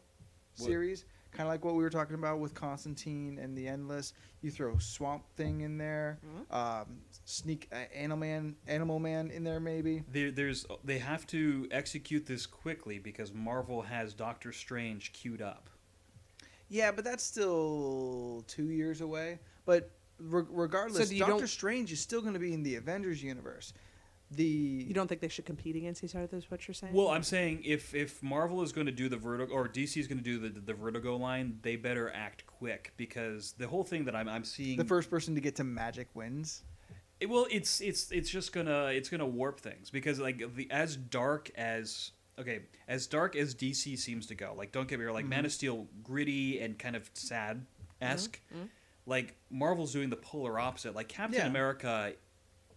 Speaker 3: What-
Speaker 1: series, kind of like what we were talking about with Constantine and the Endless, you throw Swamp Thing in there, um, sneak uh, Animal Man, Animal Man in there maybe.
Speaker 3: There, there's they have to execute this quickly because Marvel has Doctor Strange queued up.
Speaker 1: Yeah, but that's still two years away. But re- regardless,
Speaker 2: do you
Speaker 1: Doctor
Speaker 2: don't-
Speaker 1: Strange is still going to be in the Avengers universe. The
Speaker 2: You don't think they should compete against each other? Is what you're saying?
Speaker 3: Well, I'm saying if if Marvel is going to do the Vertigo or DC is going to do the the Vertigo line, they better act quick because the whole thing that I'm I'm seeing
Speaker 1: the first person to get to magic wins.
Speaker 3: It- well, it's it's it's just gonna it's gonna warp things because like the as dark as okay as dark as DC seems to go. Like don't get me wrong, like
Speaker 1: Mm-hmm.
Speaker 3: Man of Steel, gritty and kind of sad esque. Like Marvel's doing the polar opposite. Like Captain
Speaker 1: Mm-hmm, Yeah.
Speaker 3: America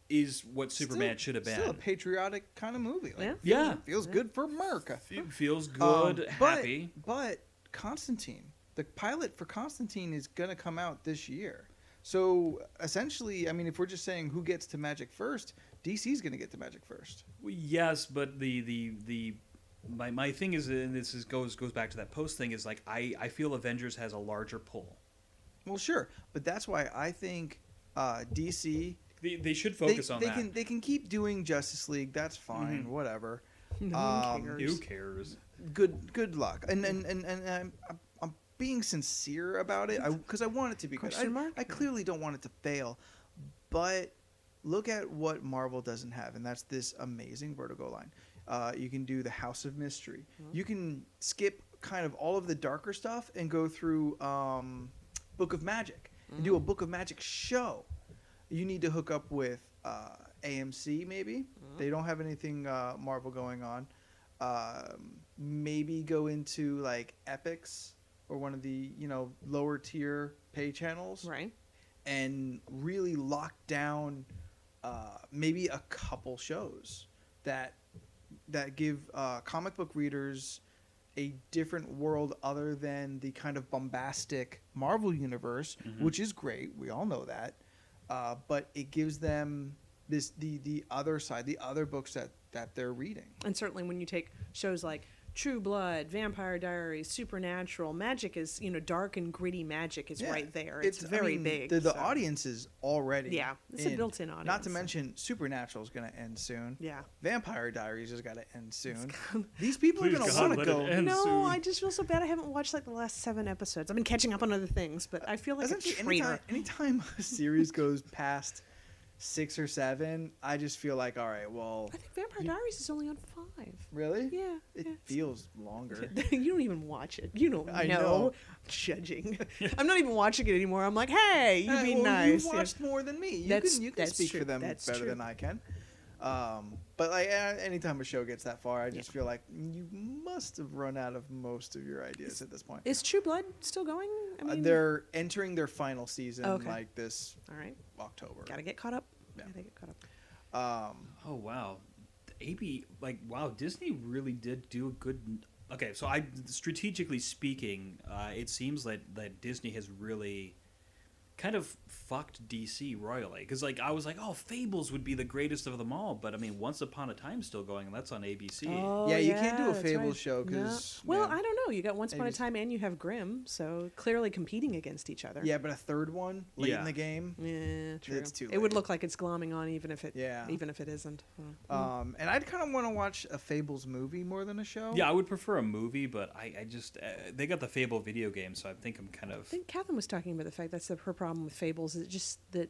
Speaker 3: is what Superman
Speaker 1: Still-
Speaker 3: should have been.
Speaker 1: Still a patriotic kind of movie. Like,
Speaker 2: Yeah.
Speaker 3: yeah,
Speaker 1: feels good for America.
Speaker 3: Fe- feels
Speaker 1: Um,
Speaker 3: good, happy.
Speaker 1: But, but Constantine, the pilot for Constantine is going to come out this year. So essentially, I mean, if we're just saying who gets to magic first, DC's going to get to magic first.
Speaker 3: Well, Yes, but the the the my, my thing is and this is goes goes back to that post thing is like I I feel Avengers has a larger pull.
Speaker 1: Well, sure, but that's why I think uh, DC
Speaker 3: They, they should focus
Speaker 1: they,
Speaker 3: on
Speaker 1: they
Speaker 3: that. Mm-hmm.
Speaker 1: can they can keep doing Justice League. That's fine, whatever.
Speaker 2: No
Speaker 1: um,
Speaker 2: one cares.
Speaker 3: Who cares?
Speaker 1: Good good luck. And and and, and I'm, I'm- I'm being sincere about it because I, want it to be good. I,
Speaker 2: Question mark?
Speaker 1: I clearly don't want it to fail, but look at what Marvel doesn't have, and that's this amazing Vertigo line. Uh, you can do the House of Mystery. You can skip kind of all of the darker stuff and go through um, Book of Magic and do a Book of Magic show. You need to hook up with uh, AMC, maybe. They don't have anything uh, Marvel going on. Um, maybe go into like Epics or one of the you know lower tier pay channels
Speaker 2: Right.
Speaker 1: and really lock down uh, maybe a couple shows that that give uh, comic book readers a different world other than the kind of bombastic Marvel universe, which is great. We all know that, uh, but it gives them this the the other side, the other books that that they're reading.
Speaker 2: And certainly when you take shows like True Blood, Vampire Diaries, Supernatural, magic is, you know, dark and gritty magic is
Speaker 1: Yeah,
Speaker 2: right there. It's,
Speaker 1: I
Speaker 2: very
Speaker 1: mean,
Speaker 2: big.
Speaker 1: The, the
Speaker 2: so-
Speaker 1: audience is already
Speaker 2: Yeah, it's a built-in
Speaker 1: Not
Speaker 2: audience,
Speaker 1: to
Speaker 2: so-
Speaker 1: mention Supernatural is going to end soon.
Speaker 2: Yeah.
Speaker 1: Vampire Diaries has got to end soon. [laughs] These people
Speaker 3: Please
Speaker 1: are going
Speaker 3: God,
Speaker 1: to want to
Speaker 3: let
Speaker 1: go.
Speaker 3: it end.
Speaker 2: No,
Speaker 3: soon.
Speaker 2: I just feel so bad. I haven't watched like the last seven episodes. I've been catching up on other things, but I feel like a
Speaker 1: Essentially,
Speaker 2: traitor.
Speaker 1: anytime, anytime [laughs] a series goes past six or seven, I just feel like, all right, well,
Speaker 2: I think Vampire Diaries is only on five.
Speaker 1: really?
Speaker 2: Yeah,
Speaker 1: It
Speaker 2: yeah.
Speaker 1: feels longer.
Speaker 2: [laughs] you don't even watch it. You don't
Speaker 1: I
Speaker 2: know.
Speaker 1: know.
Speaker 2: [laughs]
Speaker 1: [laughs]
Speaker 2: Judging. I'm not even watching it anymore. I'm like, hey, you
Speaker 1: Hey,
Speaker 2: be
Speaker 1: well,
Speaker 2: nice.
Speaker 1: You
Speaker 2: Yeah.
Speaker 1: watched more than me. You
Speaker 2: That's-
Speaker 1: can you can
Speaker 2: that's
Speaker 1: speak
Speaker 2: true.
Speaker 1: for them
Speaker 2: That's
Speaker 1: better
Speaker 2: true.
Speaker 1: than I can. Um, but like a- anytime a show gets that far, I just feel like you must have run out of most of your ideas at this point.
Speaker 2: Is True Blood still going? I
Speaker 1: Uh,
Speaker 2: mean,
Speaker 1: they're entering their final season
Speaker 2: Okay.
Speaker 1: like this
Speaker 2: all right.
Speaker 1: October.
Speaker 2: Gotta get caught up.
Speaker 1: Yeah.
Speaker 2: Gotta get caught up.
Speaker 1: Um,
Speaker 3: Oh wow, The AB like wow Disney really did do a good. Okay, so I strategically speaking, uh, it seems that that Disney has really kind of fucked DC royally because like I was like, oh, Fables would be the greatest of them all, but I mean, Once Upon a Time still going, and that's on ABC.
Speaker 2: Oh,
Speaker 1: Yeah, you can't do a
Speaker 2: that's
Speaker 1: Fable show 'cause,
Speaker 2: Well,
Speaker 1: yeah.
Speaker 2: I don't know. you got Once
Speaker 1: They
Speaker 2: Upon a
Speaker 1: just-
Speaker 2: Time and you have Grimm, so clearly competing against each other.
Speaker 1: Yeah, but a third one late
Speaker 3: Yeah.
Speaker 1: in the game.
Speaker 2: Yeah, true.
Speaker 1: It's too
Speaker 2: It would
Speaker 1: late.
Speaker 2: look like it's glomming on, even if it,
Speaker 1: Yeah.
Speaker 2: even if it isn't. Mm.
Speaker 3: Mm-hmm.
Speaker 1: Um, and I'd kind of want to watch a Fables movie more than a show.
Speaker 3: Yeah, I would prefer a movie, but I, I just uh, they got the Fable video game, so I think I'm kind
Speaker 2: I
Speaker 3: of
Speaker 2: think Catherine was talking about the fact that's the, her problem with Fables is just that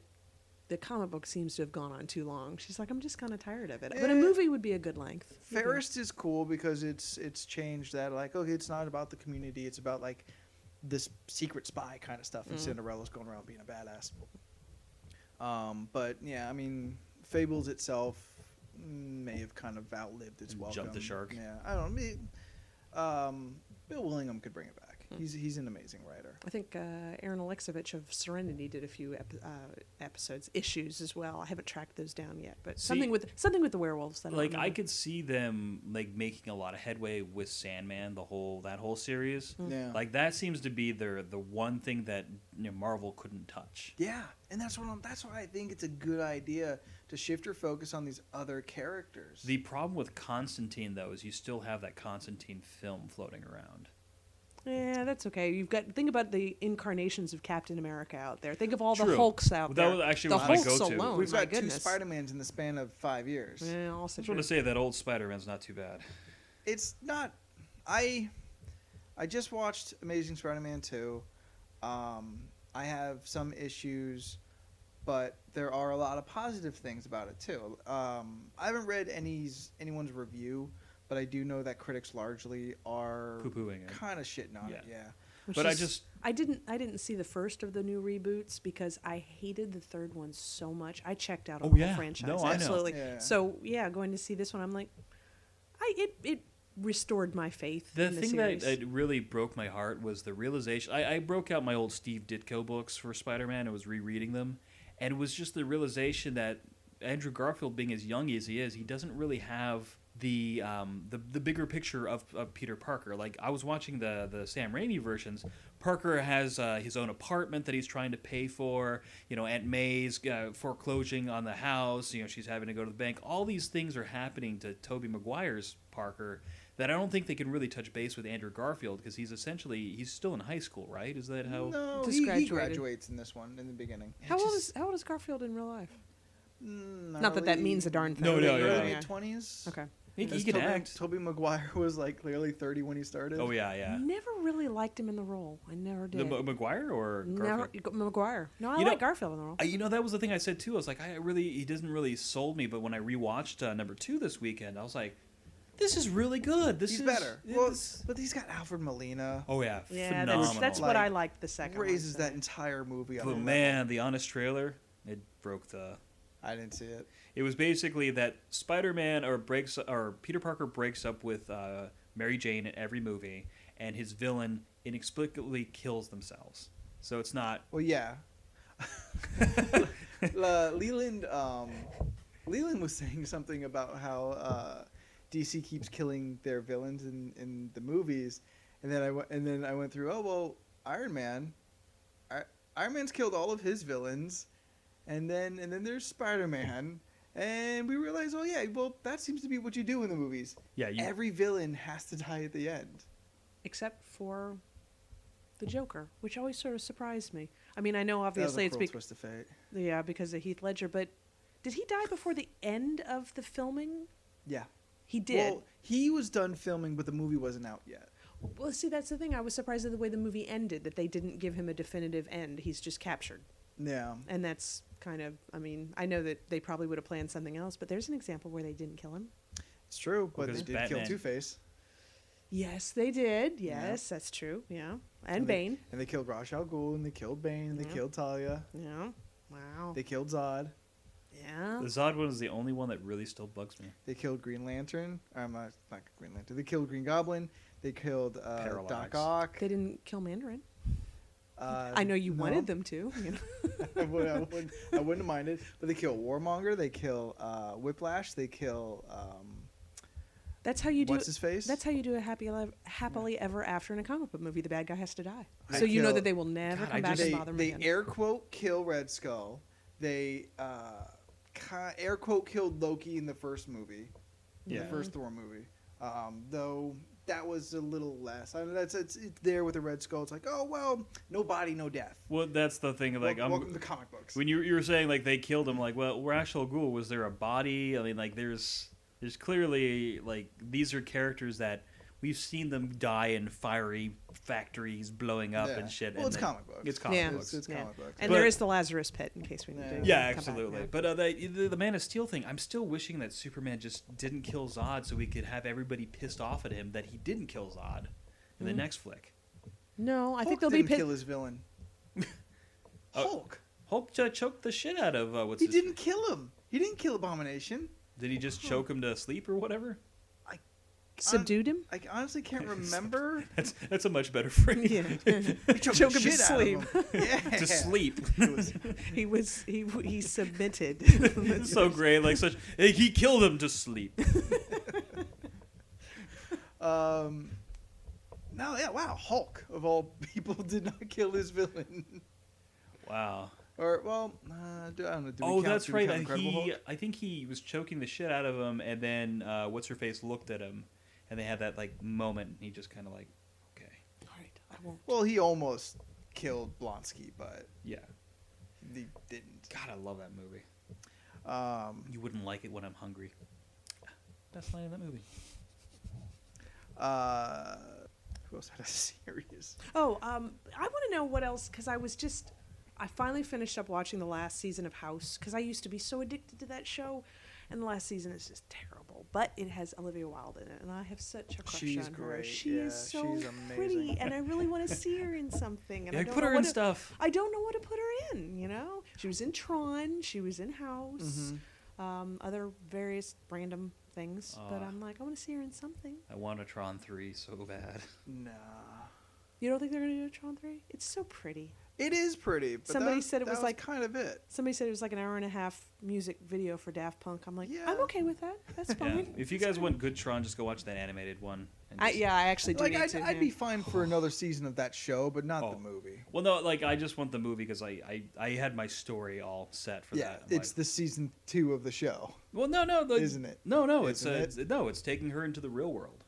Speaker 2: the comic book seems to have gone on too long. She's like, I'm just kind of tired of it. But
Speaker 1: Eh.
Speaker 2: a movie would be a good length.
Speaker 1: Ferris is cool because it's it's changed that like okay, it's not about the community, it's about like this secret spy kind of stuff, and
Speaker 3: Mm-hmm.
Speaker 1: Cinderella's going around being a badass. Um, but yeah, I mean, Fables itself may have kind of outlived its welcome.
Speaker 3: Jumped the shark.
Speaker 1: Yeah, I don't. know. um, Bill Willingham could bring it back.
Speaker 3: Hmm.
Speaker 1: He's he's an amazing writer.
Speaker 2: I think uh, Aaron Alexovich of Serenity did a few ep- uh, episodes, issues as well. I haven't tracked those down yet, but
Speaker 3: See-
Speaker 2: something with something with the werewolves. That don't
Speaker 3: like I
Speaker 2: remember.
Speaker 3: could see them like making a lot of headway with Sandman, the whole that whole series.
Speaker 1: Yeah.
Speaker 3: Like that seems to be their the one thing that you know, Marvel couldn't touch.
Speaker 1: Yeah, and that's what I'm, that's why I think it's a good idea to shift your focus on these other characters.
Speaker 3: The problem with Constantine though is you still have that Constantine film floating around.
Speaker 2: Yeah, that's okay. You've got think about the incarnations of Captain America out there. Think of all the
Speaker 3: True.
Speaker 2: Hulks out
Speaker 3: That
Speaker 2: there.
Speaker 3: was actually
Speaker 2: the
Speaker 3: was my
Speaker 2: Hulks
Speaker 3: go-to.
Speaker 2: alone.
Speaker 1: We've
Speaker 2: Oh my
Speaker 1: got two
Speaker 2: goodness.
Speaker 1: Spider Mans in the span of five years.
Speaker 2: Yeah,
Speaker 3: I
Speaker 2: also
Speaker 3: just want
Speaker 2: true.
Speaker 3: to say that old Spider Man's not too bad.
Speaker 1: It's not. I I just watched Amazing Spider Man two. Um, I have some issues, but there are a lot of positive things about it too. Um, I haven't read any's anyone's review, but I do know that critics largely are
Speaker 3: Poo-pooing it.
Speaker 1: kind of shitting on it.
Speaker 3: Yeah.
Speaker 1: Yeah.
Speaker 2: Which
Speaker 3: But I
Speaker 2: is-
Speaker 3: just-
Speaker 2: I didn't I didn't see the first of the new reboots because I hated the third one so much. I checked out on
Speaker 3: Oh,
Speaker 2: the
Speaker 3: yeah.
Speaker 2: whole franchise.
Speaker 3: No, I know.
Speaker 2: absolutely.
Speaker 1: Yeah.
Speaker 2: So yeah, going to see this one, I'm like, I it it restored my faith.
Speaker 3: The
Speaker 2: in the
Speaker 3: thing
Speaker 2: series.
Speaker 3: that it really broke my heart was the realization. I, I broke out my old Steve Ditko books for Spider Man and was rereading them, and it was just the realization that Andrew Garfield, being as young as he is, he doesn't really have the um, the, the bigger picture of, of Peter Parker. Like I was watching the the Sam Raimi versions. Parker has uh, his own apartment that he's trying to pay for. You know, Aunt May's uh, foreclosing on the house. You know, she's having to go to the bank. All these things are happening to Toby Maguire's Parker that I don't think they can really touch base with Andrew Garfield because he's essentially he's still in high school, right? Is that how?
Speaker 1: No,
Speaker 2: Just
Speaker 1: he, he
Speaker 2: graduated.
Speaker 1: graduates in this one in the beginning.
Speaker 2: how old
Speaker 3: just-
Speaker 2: is how old is Garfield in real life?
Speaker 1: Mm,
Speaker 2: Not that that
Speaker 1: early-
Speaker 2: means a darn thing.
Speaker 3: No, no, yeah.
Speaker 1: early
Speaker 2: yeah.
Speaker 1: twenties.
Speaker 2: Okay.
Speaker 3: He, he
Speaker 1: Because
Speaker 3: can
Speaker 1: Tobey-
Speaker 3: act.
Speaker 1: Tobey Maguire [laughs] was like clearly thirty when he started.
Speaker 3: Oh yeah, yeah.
Speaker 2: Never really liked him in the role. I never
Speaker 3: The
Speaker 2: did.
Speaker 3: Ma- Maguire or
Speaker 2: Never
Speaker 3: Garfield?
Speaker 2: McGuire. No, I
Speaker 3: You
Speaker 2: like
Speaker 3: know-
Speaker 2: Garfield in the role.
Speaker 3: I- you know that was the thing I said too. I was like, I really he doesn't really sold me. But when I rewatched uh, number two this weekend, I was like, this is really good. This
Speaker 1: he's
Speaker 3: is
Speaker 1: better. Well,
Speaker 3: this-
Speaker 1: but he's got Alfred Molina.
Speaker 3: oh yeah,
Speaker 2: yeah, that's,
Speaker 3: phenomenal.
Speaker 2: that's what I
Speaker 1: Like,
Speaker 2: liked the second. one,
Speaker 1: raises
Speaker 2: so.
Speaker 1: that entire movie up.
Speaker 3: But
Speaker 1: a
Speaker 3: man, the honest trailer it broke the
Speaker 1: level. I didn't see it.
Speaker 3: It was basically that Spider-Man or breaks or Peter Parker breaks up with uh, Mary Jane in every movie, and his villain inexplicably kills themselves. So
Speaker 1: [laughs]
Speaker 3: it's not.
Speaker 1: Well, yeah. Le- Leland, um, Leland was saying something about how uh, DC keeps killing their villains in, in the movies, and then I w- and then I went through. Oh well, Iron Man, I- Iron Man's killed all of his villains, and then and then there's Spider Man, and we realize, oh yeah, well that seems to be what you do in the movies.
Speaker 3: Yeah, you-
Speaker 1: every villain has to die at the end.
Speaker 2: except for the Joker, which always sort of surprised me. I mean, I
Speaker 1: That
Speaker 2: know
Speaker 1: was a
Speaker 2: obviously it's
Speaker 1: cruel
Speaker 2: because
Speaker 1: twist of fate.
Speaker 2: yeah because of Heath Ledger, but did he die before the end of the filming?
Speaker 1: Yeah.
Speaker 2: He did.
Speaker 1: Well, he was done filming, but the movie wasn't out yet.
Speaker 2: Well, see, that's the thing. I was surprised at the way the movie ended that they didn't give him a definitive end. He's just captured,
Speaker 1: Yeah.
Speaker 2: and that's kind of. I mean, I know that they probably would have planned something else, but there's an example where they didn't kill him.
Speaker 1: It's true, but
Speaker 3: Because
Speaker 1: they did
Speaker 3: Batman-
Speaker 1: kill Two Face
Speaker 2: Yes, they did.
Speaker 1: Yeah.
Speaker 2: Yes, that's true. Yeah, and Bane.
Speaker 1: and they killed Ra's al Ghul, and they killed Bane, and they
Speaker 2: Yeah.
Speaker 1: killed Talia,
Speaker 2: Yeah. Wow.
Speaker 1: they killed Zod,
Speaker 2: yeah.
Speaker 3: The Zod one is the only one that really still bugs me.
Speaker 1: they killed Green Lantern. I'm not, not Green Lantern. They killed Green Goblin. They killed uh, Doc
Speaker 3: Parallax.
Speaker 1: Ock.
Speaker 2: They didn't kill Mandarin.
Speaker 1: uh,
Speaker 2: I know you
Speaker 1: no.
Speaker 2: wanted them to. You know?
Speaker 1: [laughs] I, would, I, wouldn't, I wouldn't have minded. But they kill Warmonger. They kill uh, Whiplash. They kill um,
Speaker 2: [laughs] That's how you do.
Speaker 1: what's his face.
Speaker 2: That's how you do a happy, le- happily ever after in a comic book movie. The bad guy has to die,
Speaker 1: I
Speaker 2: so you know
Speaker 1: kill-
Speaker 2: that they will never
Speaker 3: God,
Speaker 2: come
Speaker 3: I
Speaker 2: back
Speaker 3: just-
Speaker 2: and
Speaker 1: they,
Speaker 2: bother him
Speaker 1: they
Speaker 2: again.
Speaker 1: air quote kill Red Skull. They uh, ki- air quote killed Loki in the first movie,
Speaker 3: Yeah.
Speaker 1: the first Thor movie. Um, though that was a little less. I mean, that's it's, it's there with the Red Skull. It's like, oh well, no body, no death.
Speaker 3: Well, that's the thing. Like,
Speaker 1: Wel- welcome
Speaker 3: I'm,
Speaker 1: to comic books.
Speaker 3: when you, you were saying like they killed him, like, well, Ra's al Ghul was there a body? I mean, like, there's there's clearly like these are characters that we've seen them die in fiery factories blowing up
Speaker 1: Yeah.
Speaker 3: and shit.
Speaker 1: Well,
Speaker 3: and
Speaker 1: it's
Speaker 3: they-
Speaker 1: comic books.
Speaker 3: It's comic
Speaker 2: yeah.
Speaker 3: books.
Speaker 1: It's
Speaker 2: yeah.
Speaker 1: comic books.
Speaker 2: And
Speaker 3: But-
Speaker 2: there is the Lazarus Pit in case we need
Speaker 1: Yeah.
Speaker 2: to.
Speaker 1: Yeah,
Speaker 2: come
Speaker 3: Yeah,
Speaker 2: back,
Speaker 3: absolutely.
Speaker 2: yeah.
Speaker 3: But uh, they, the, the Man of Steel thing, I'm still wishing that Superman just didn't kill Zod so we could have everybody pissed off at him that he didn't kill Zod in the next flick.
Speaker 2: no, I think
Speaker 1: Hulk
Speaker 2: they'll be
Speaker 1: didn't
Speaker 2: pit-
Speaker 1: kill his villain.
Speaker 3: [laughs] Oh.
Speaker 1: Hulk.
Speaker 3: Hulk ch- choked the shit out of uh, what's
Speaker 1: He
Speaker 3: his-
Speaker 1: didn't kill him. He didn't kill Abomination.
Speaker 3: Did he just choke him to sleep or whatever? [laughs]
Speaker 2: subdued him.
Speaker 1: I honestly can't remember.
Speaker 3: That's that's a much better phrase.
Speaker 2: Yeah.
Speaker 1: He choked
Speaker 2: Choke
Speaker 1: the
Speaker 2: him to
Speaker 1: shit out of him. Yeah. [laughs]
Speaker 3: [laughs] to sleep.
Speaker 1: It was-
Speaker 2: [laughs] he was he
Speaker 1: [laughs]
Speaker 2: he submitted. [laughs]
Speaker 3: It's [laughs] so great, like such. like, he killed him to sleep.
Speaker 1: um, no, yeah, wow. Hulk, of all [laughs] people, did not kill his villain. [laughs]
Speaker 3: Wow.
Speaker 1: Or, well, uh, do, I don't know. Do we
Speaker 3: oh,
Speaker 1: count-
Speaker 3: that's
Speaker 1: do we
Speaker 3: right.
Speaker 1: count
Speaker 3: and
Speaker 1: Incredible
Speaker 3: he,
Speaker 1: Hulk?
Speaker 3: I think he was choking the shit out of him, and then uh, what's her face looked at him, and they had that like moment, and he just kind of like, okay,
Speaker 2: All right, I won't.
Speaker 1: Well, he almost killed Blonsky, but
Speaker 3: yeah.
Speaker 1: he didn't.
Speaker 3: God, I love that movie.
Speaker 1: Um,
Speaker 3: You wouldn't like it when I'm hungry. Best line of that movie.
Speaker 1: uh, who else had a [laughs] serious?
Speaker 2: Oh, um, I want to know what else because I was just, I finally finished up watching the last season of House because I used to be so addicted to that show, and the last season is just terrible. But it has Olivia Wilde in it, and I have such a crush
Speaker 1: She's
Speaker 2: on her.
Speaker 1: great,
Speaker 2: She is
Speaker 1: yeah,
Speaker 2: so
Speaker 1: she's amazing.
Speaker 2: pretty, and I
Speaker 1: [laughs]
Speaker 2: really want to see her in something. And I
Speaker 3: Yeah,
Speaker 2: don't
Speaker 3: put
Speaker 2: know
Speaker 3: her in
Speaker 2: what to-
Speaker 3: stuff.
Speaker 2: I don't know what to put her in. You know, she was in Tron. She was in House.
Speaker 3: Mm-hmm.
Speaker 2: Um, other various random things, but
Speaker 3: Uh,
Speaker 2: I'm like, I want to see her in something.
Speaker 3: I want a Tron three so
Speaker 1: [laughs]
Speaker 3: bad.
Speaker 1: Nah.
Speaker 2: You don't think they're gonna do a Tron three? It's so pretty.
Speaker 1: It is pretty. But
Speaker 2: Somebody
Speaker 1: that-
Speaker 2: said it
Speaker 1: that
Speaker 2: was like-
Speaker 1: kind of it.
Speaker 2: Somebody said it was like an hour and a half music video for Daft Punk. I'm like,
Speaker 1: Yeah.
Speaker 2: I'm okay with that. That's fine.
Speaker 3: Yeah. If you
Speaker 2: That's
Speaker 3: guys
Speaker 2: fine.
Speaker 3: want good Tron, just go watch that animated one. and
Speaker 2: I,
Speaker 3: just-
Speaker 2: yeah, I actually do
Speaker 1: Like
Speaker 2: need
Speaker 1: I'd,
Speaker 2: to.
Speaker 1: I'd
Speaker 2: yeah.
Speaker 1: be fine for another season of that show, but not
Speaker 3: Oh.
Speaker 1: the movie.
Speaker 3: Well, no, like I just want the movie because I, I I had my story all set for
Speaker 1: Yeah,
Speaker 3: that. I'm
Speaker 1: it's
Speaker 3: like-
Speaker 1: the season two of the show.
Speaker 3: well, no, no, the,
Speaker 1: Isn't it?
Speaker 3: No, no, it's,
Speaker 1: Isn't
Speaker 3: uh,
Speaker 1: it?
Speaker 3: it's no, it's taking her into the real world.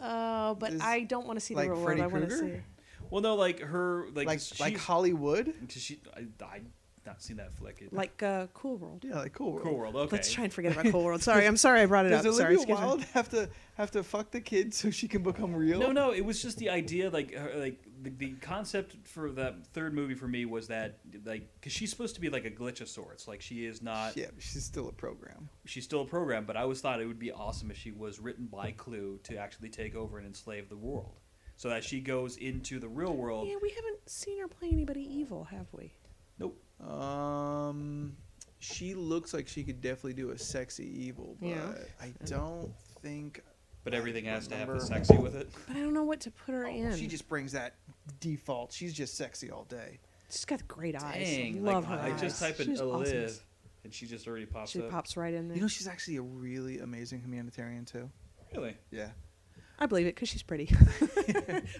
Speaker 2: Oh, but
Speaker 1: Is-
Speaker 2: I don't want to see the
Speaker 1: like
Speaker 2: real
Speaker 1: Freddy
Speaker 2: world. I want to
Speaker 1: Krueger?
Speaker 2: see.
Speaker 3: Well, no, like her, like
Speaker 1: Like
Speaker 3: she's-
Speaker 1: like Hollywood.
Speaker 3: cause she, I, I not seen that flick. It,
Speaker 2: Like uh, Cool World.
Speaker 1: Yeah, like Cool World.
Speaker 3: Cool World. Okay.
Speaker 2: Let's try and
Speaker 1: [laughs]
Speaker 2: forget about Cool World. Sorry, I'm sorry I brought it
Speaker 1: Does
Speaker 2: up. Sorry,
Speaker 1: Olivia
Speaker 2: excuse
Speaker 1: Wilde
Speaker 2: me.
Speaker 1: have to have to fuck the kid so she can become real?
Speaker 3: No, no, it was just the idea, like, her, like the, the concept for the third movie for me was that, like, because she's supposed to be like a glitch of sorts, like she is not,
Speaker 1: Yeah, but she's still a program.
Speaker 3: she's still a program, but I always thought it would be awesome if she was written by Clue to actually take over and enslave the world, so that she goes into the real world.
Speaker 2: Yeah, we haven't seen her play anybody evil, have we?
Speaker 3: Nope.
Speaker 1: Um, she looks like she could definitely do a sexy evil, but
Speaker 2: Yeah.
Speaker 1: I don't think.
Speaker 3: But
Speaker 1: I
Speaker 3: everything has to have the
Speaker 1: remember-
Speaker 3: sexy with it.
Speaker 2: But I don't know what to put her in.
Speaker 1: oh, She just brings that default. She's just sexy all day.
Speaker 2: She's got great eyes.
Speaker 3: Dang,
Speaker 2: Love
Speaker 3: like,
Speaker 2: her
Speaker 3: I
Speaker 2: eyes.
Speaker 3: just type in
Speaker 2: She's awesome.
Speaker 3: Eliv, and she just already pops
Speaker 2: She
Speaker 3: up.
Speaker 2: pops right in there.
Speaker 1: You know, she's actually a really amazing humanitarian too.
Speaker 3: Really?
Speaker 1: Yeah.
Speaker 2: I believe it because she's
Speaker 3: [laughs]
Speaker 2: pretty. [laughs]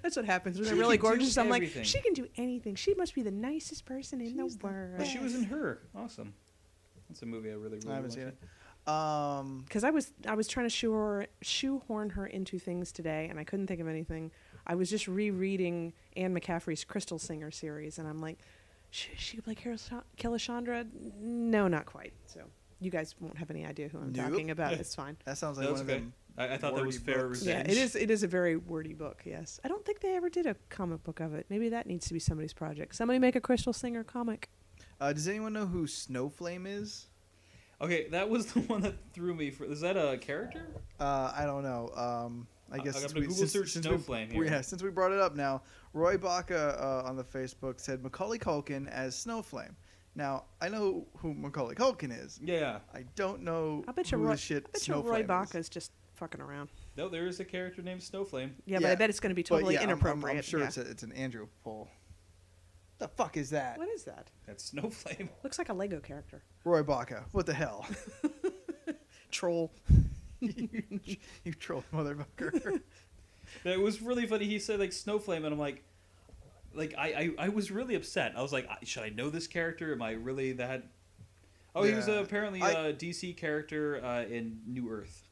Speaker 2: That's what happens when
Speaker 3: She
Speaker 2: they're really
Speaker 3: can do
Speaker 2: gorgeous. I'm like,
Speaker 3: everything.
Speaker 2: she can do anything. She must be the nicest person in
Speaker 1: She's
Speaker 2: the
Speaker 1: the
Speaker 3: But
Speaker 2: world.
Speaker 3: she was in her. Awesome. That's a movie I really, really
Speaker 1: I haven't
Speaker 3: like.
Speaker 1: seen it. Um,
Speaker 2: Because I was, I was trying to shoehorn, shoehorn her into things today, and I couldn't think of anything. I was just rereading Anne McCaffrey's Crystal Singer series, and I'm like, she, she could play Kalis- Kalishandra? No, not quite. So you guys won't have any idea who I'm
Speaker 1: Nope.
Speaker 2: talking
Speaker 3: [laughs]
Speaker 2: about. It's fine.
Speaker 1: that sounds like
Speaker 3: That's
Speaker 1: one of
Speaker 3: okay.
Speaker 1: them.
Speaker 3: I, I thought that
Speaker 1: wordy
Speaker 3: was fair
Speaker 1: books.
Speaker 2: Yeah,
Speaker 3: revenge.
Speaker 2: it is. It is a very wordy book. Yes, I don't think they ever did a comic book of it. Maybe that needs to be somebody's project. Somebody make a Crystal Singer comic.
Speaker 1: Uh, does anyone know who Snowflame is?
Speaker 3: Okay, that was [laughs] the one that threw me for. Is that a character?
Speaker 1: Uh, I don't know. Um, I
Speaker 3: I-
Speaker 1: guess
Speaker 3: I'm
Speaker 1: since
Speaker 3: gonna
Speaker 1: we,
Speaker 3: Google
Speaker 1: since,
Speaker 3: search
Speaker 1: since
Speaker 3: Snowflame
Speaker 1: we,
Speaker 3: here.
Speaker 1: Yeah, since we brought it up now, Roy Baca uh, on the Facebook said Macaulay Culkin as Snowflame. Now I know who Macaulay Culkin is.
Speaker 3: Yeah, yeah.
Speaker 1: I don't know.
Speaker 2: I bet you
Speaker 1: who
Speaker 2: Roy,
Speaker 1: the shit
Speaker 2: I bet you
Speaker 1: Snowflame
Speaker 2: Roy
Speaker 1: is.
Speaker 2: Baca's just fucking around.
Speaker 3: No, there is a character named Snowflame.
Speaker 2: Yeah, but I
Speaker 1: Yeah,
Speaker 2: bet it's going to be
Speaker 1: But
Speaker 2: totally
Speaker 1: yeah, I'm- I'm-
Speaker 2: inappropriate.
Speaker 1: I'm, sure
Speaker 2: yeah.
Speaker 1: it's, a, it's an Andrew poll. The fuck is that?
Speaker 2: What is that?
Speaker 3: That's [laughs] Snowflame.
Speaker 2: Looks like a Lego character.
Speaker 1: Roy Baca. What the hell? [laughs]
Speaker 2: Troll.
Speaker 1: you, you troll motherfucker. [laughs]
Speaker 3: It was really funny. He said like Snowflame, and I'm like, like I, I, I was really upset. I was like, I- should I know this character? Am I really that? Oh, he was uh,
Speaker 1: Yeah.
Speaker 3: apparently
Speaker 1: I-
Speaker 3: a DC character uh, in New Earth.